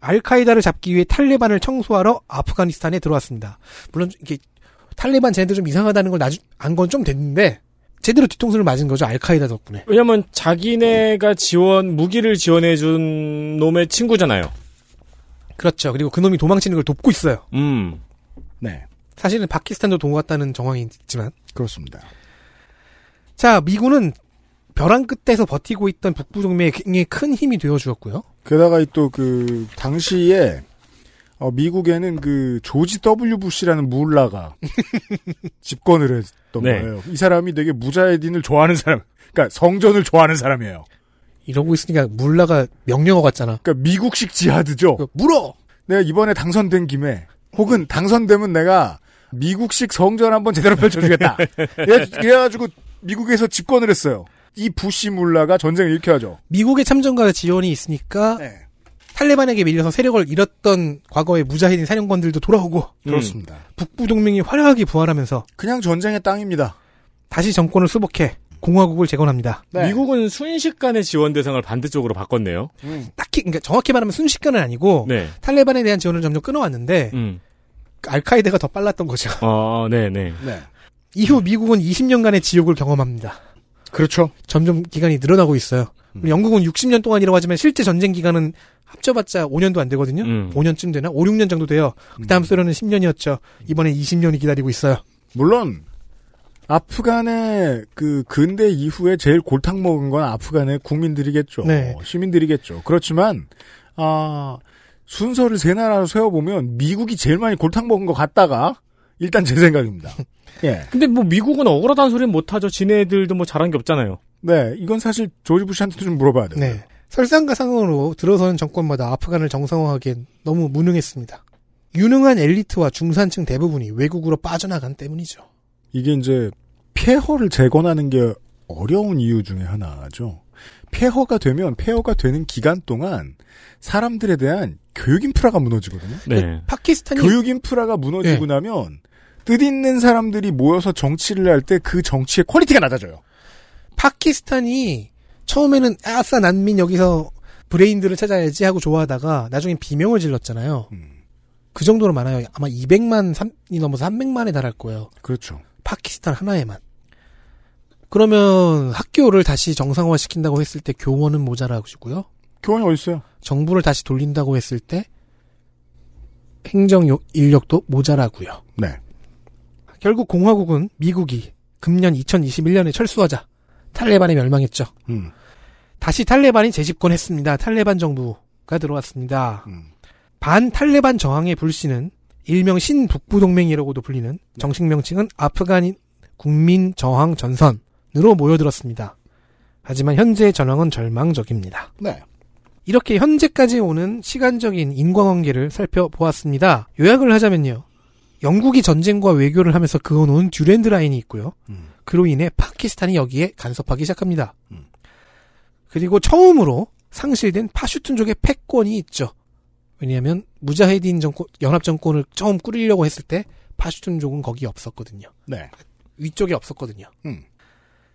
S11: 알카이다를 잡기 위해 탈레반을 청소하러 아프가니스탄에 들어왔습니다. 물론 이게 탈레반 쟤네들 좀 이상하다는 걸 나중 안건 좀 됐는데 제대로 뒤통수를 맞은 거죠 알카이다 덕분에.
S3: 왜냐면 자기네가 지원, 무기를 지원해준 놈의 친구잖아요.
S11: 그렇죠. 그리고 그놈이 도망치는 걸 돕고 있어요.
S3: 음.
S2: 네.
S11: 사실은 파키스탄도 도망갔다는 정황이 있지만
S2: 그렇습니다.
S11: 자 미군은 벼랑 끝에서 버티고 있던 북부 동맹에 굉장히 큰 힘이 되어 주었고요.
S2: 게다가 또 그 당시에 어, 미국에는 그 조지 W 부시라는 물라가 집권을 했던
S3: 네.
S2: 거예요. 이 사람이 되게 무자헤딘을 좋아하는 사람, 그러니까 성전을 좋아하는 사람이에요.
S11: 이러고 있으니까 물라가 명령어 같잖아.
S2: 그러니까 미국식 지하드죠.
S11: 물어.
S2: 내가 이번에 당선된 김에 혹은 당선되면 내가 미국식 성전 한번 제대로 펼쳐주겠다. 그래- 그래가지고 미국에서 집권을 했어요. 이 부시 물라가 전쟁을 일으켜야죠.
S11: 미국의 참전과 지원이 있으니까
S2: 네.
S11: 탈레반에게 밀려서 세력을 잃었던 과거의 무자헤딘 사령관들도 돌아오고
S2: 그렇습니다.
S11: 북부 동맹이 화려하게 부활하면서
S2: 음. 그냥 전쟁의 땅입니다.
S11: 다시 정권을 수복해 공화국을 재건합니다.
S2: 네.
S3: 미국은 순식간에 지원 대상을 반대쪽으로 바꿨네요.
S2: 음.
S11: 딱히 그러니까 정확히 말하면 순식간은 아니고
S3: 네.
S11: 탈레반에 대한 지원을 점점 끊어왔는데
S3: 음.
S11: 알카에다가 더 빨랐던 거죠.
S3: 어, 네, 네.
S11: 이후 미국은 20년간의 지옥을 경험합니다.
S2: 그렇죠. 음.
S11: 점점 기간이 늘어나고 있어요. 우리 영국은 60년 동안이라고 하지만 실제 전쟁 기간은 합쳐봤자 5년도 안 되거든요.
S2: 음.
S11: 5년쯤 되나? 5, 6년 정도 돼요. 그 다음 소련은 10년이었죠. 이번에 20년이 기다리고 있어요.
S2: 물론 아프간의 그 근대 이후에 제일 골탕 먹은 건 아프간의 국민들이겠죠.
S11: 네.
S2: 시민들이겠죠. 그렇지만 아 순서를 세 나라로 세워 보면 미국이 제일 많이 골탕 먹은 것 같다가 일단 제 생각입니다. 예.
S3: 근데 뭐 미국은 억울하다는 소리는 못하죠. 지네들도 뭐 잘한 게 없잖아요.
S2: 네, 이건 사실 조지 부시한테도 좀 물어봐야 돼요.
S11: 네. 설상가상으로 들어서는 정권마다 아프간을 정상화하기엔 너무 무능했습니다. 유능한 엘리트와 중산층 대부분이 외국으로 빠져나간 때문이죠.
S2: 이게 이제 폐허를 재건하는 게 어려운 이유 중에 하나죠. 폐허가 되면 폐허가 되는 기간 동안 사람들에 대한 교육 인프라가 무너지거든요.
S3: 네.
S11: 파키스탄이
S2: 교육 인프라가 무너지고 나면 뜻 있는 사람들이 모여서 정치를 할 때 그 정치의 퀄리티가 낮아져요.
S11: 파키스탄이 처음에는 아싸 난민 여기서 브레인들을 찾아야지 하고 좋아하다가 나중에 비명을 질렀잖아요.
S2: 음.
S11: 그 정도로 많아요. 아마 200만 삼이 넘어서 300만에 달할 거예요.
S2: 그렇죠.
S11: 파키스탄 하나에만. 그러면 학교를 다시 정상화 시킨다고 했을 때 교원은 모자라고시고요.
S2: 교원이 어디 있어요?
S11: 정부를 다시 돌린다고 했을 때 행정 요- 인력도 모자라고요.
S2: 네.
S11: 결국 공화국은 미국이 금년 2021년에 철수하자 탈레반이 멸망했죠.
S2: 음.
S11: 다시 탈레반이 재집권했습니다. 탈레반 정부가 들어왔습니다.
S2: 음.
S11: 반 탈레반 저항의 불씨는 일명 신북부 동맹이라고도 불리는 정식 명칭은 아프간 국민 저항 전선으로 모여들었습니다. 하지만 현재의 전황은 절망적입니다.
S2: 네.
S11: 이렇게 현재까지 오는 시간적인 인과관계를 살펴보았습니다. 요약을 하자면요. 영국이 전쟁과 외교를 하면서 그어놓은 듀랜드 라인이 있고요.
S2: 음.
S11: 그로 인해 파키스탄이 여기에 간섭하기 시작합니다. 그리고 처음으로 상실된 파슈툰족의 패권이 있죠. 왜냐하면 무자헤딘 정권, 연합 정권을 처음 꾸리려고 했을 때 파슈툰족은 거기 없었거든요.
S2: 네.
S11: 위쪽에 없었거든요.
S2: 음.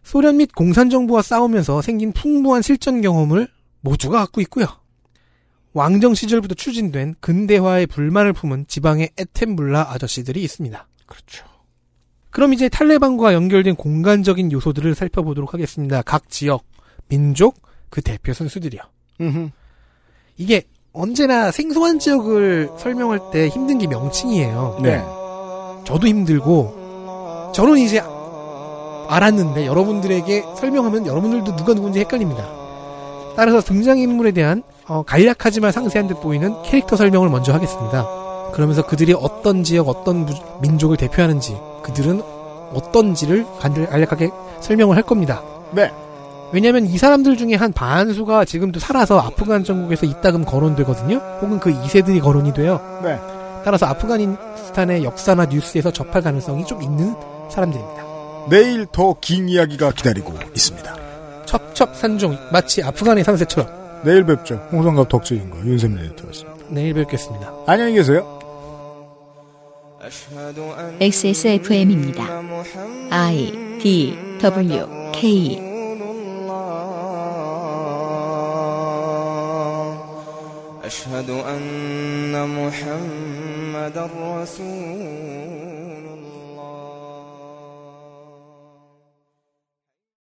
S11: 소련 및 공산정부와 싸우면서 생긴 풍부한 실전 경험을 모두가 갖고 있고요. 왕정 시절부터 추진된 근대화의 불만을 품은 지방의 에템블라 아저씨들이 있습니다.
S2: 그렇죠.
S11: 그럼 이제 탈레반과 연결된 공간적인 요소들을 살펴보도록 하겠습니다. 각 지역, 민족, 그 대표 선수들이요. 이게 언제나 생소한 지역을 설명할 때 힘든 게 명칭이에요.
S2: 네.
S11: 저도 힘들고 저는 이제 알았는데 여러분들에게 설명하면 여러분들도 누가 누군지 헷갈립니다. 따라서 등장인물에 대한 어, 간략하지만 상세한 듯 보이는 캐릭터 설명을 먼저 하겠습니다. 그러면서 그들이 어떤 지역, 어떤 무- 민족을 대표하는지, 그들은 어떤지를 간들- 간략하게 설명을 할 겁니다.
S2: 네.
S11: 왜냐하면 이 사람들 중에 한 반수가 지금도 살아서 아프간 정국에서 이따금 거론되거든요. 혹은 그 2세들이 거론이 돼요.
S2: 네.
S11: 따라서 아프가니스탄의 역사나 뉴스에서 접할 가능성이 좀 있는 사람들입니다.
S2: 내일 더 긴 이야기가 기다리고 있습니다.
S11: 첩첩산중 마치 아프간의 상세처럼
S2: 내일 뵙죠. 홍성갑 덕질인과 윤세민 에디터였습니다.
S11: 내일 뵙겠습니다.
S2: 안녕히 계세요.
S1: XSFM입니다. I D W 아, K
S10: أشهد أن محمد رسول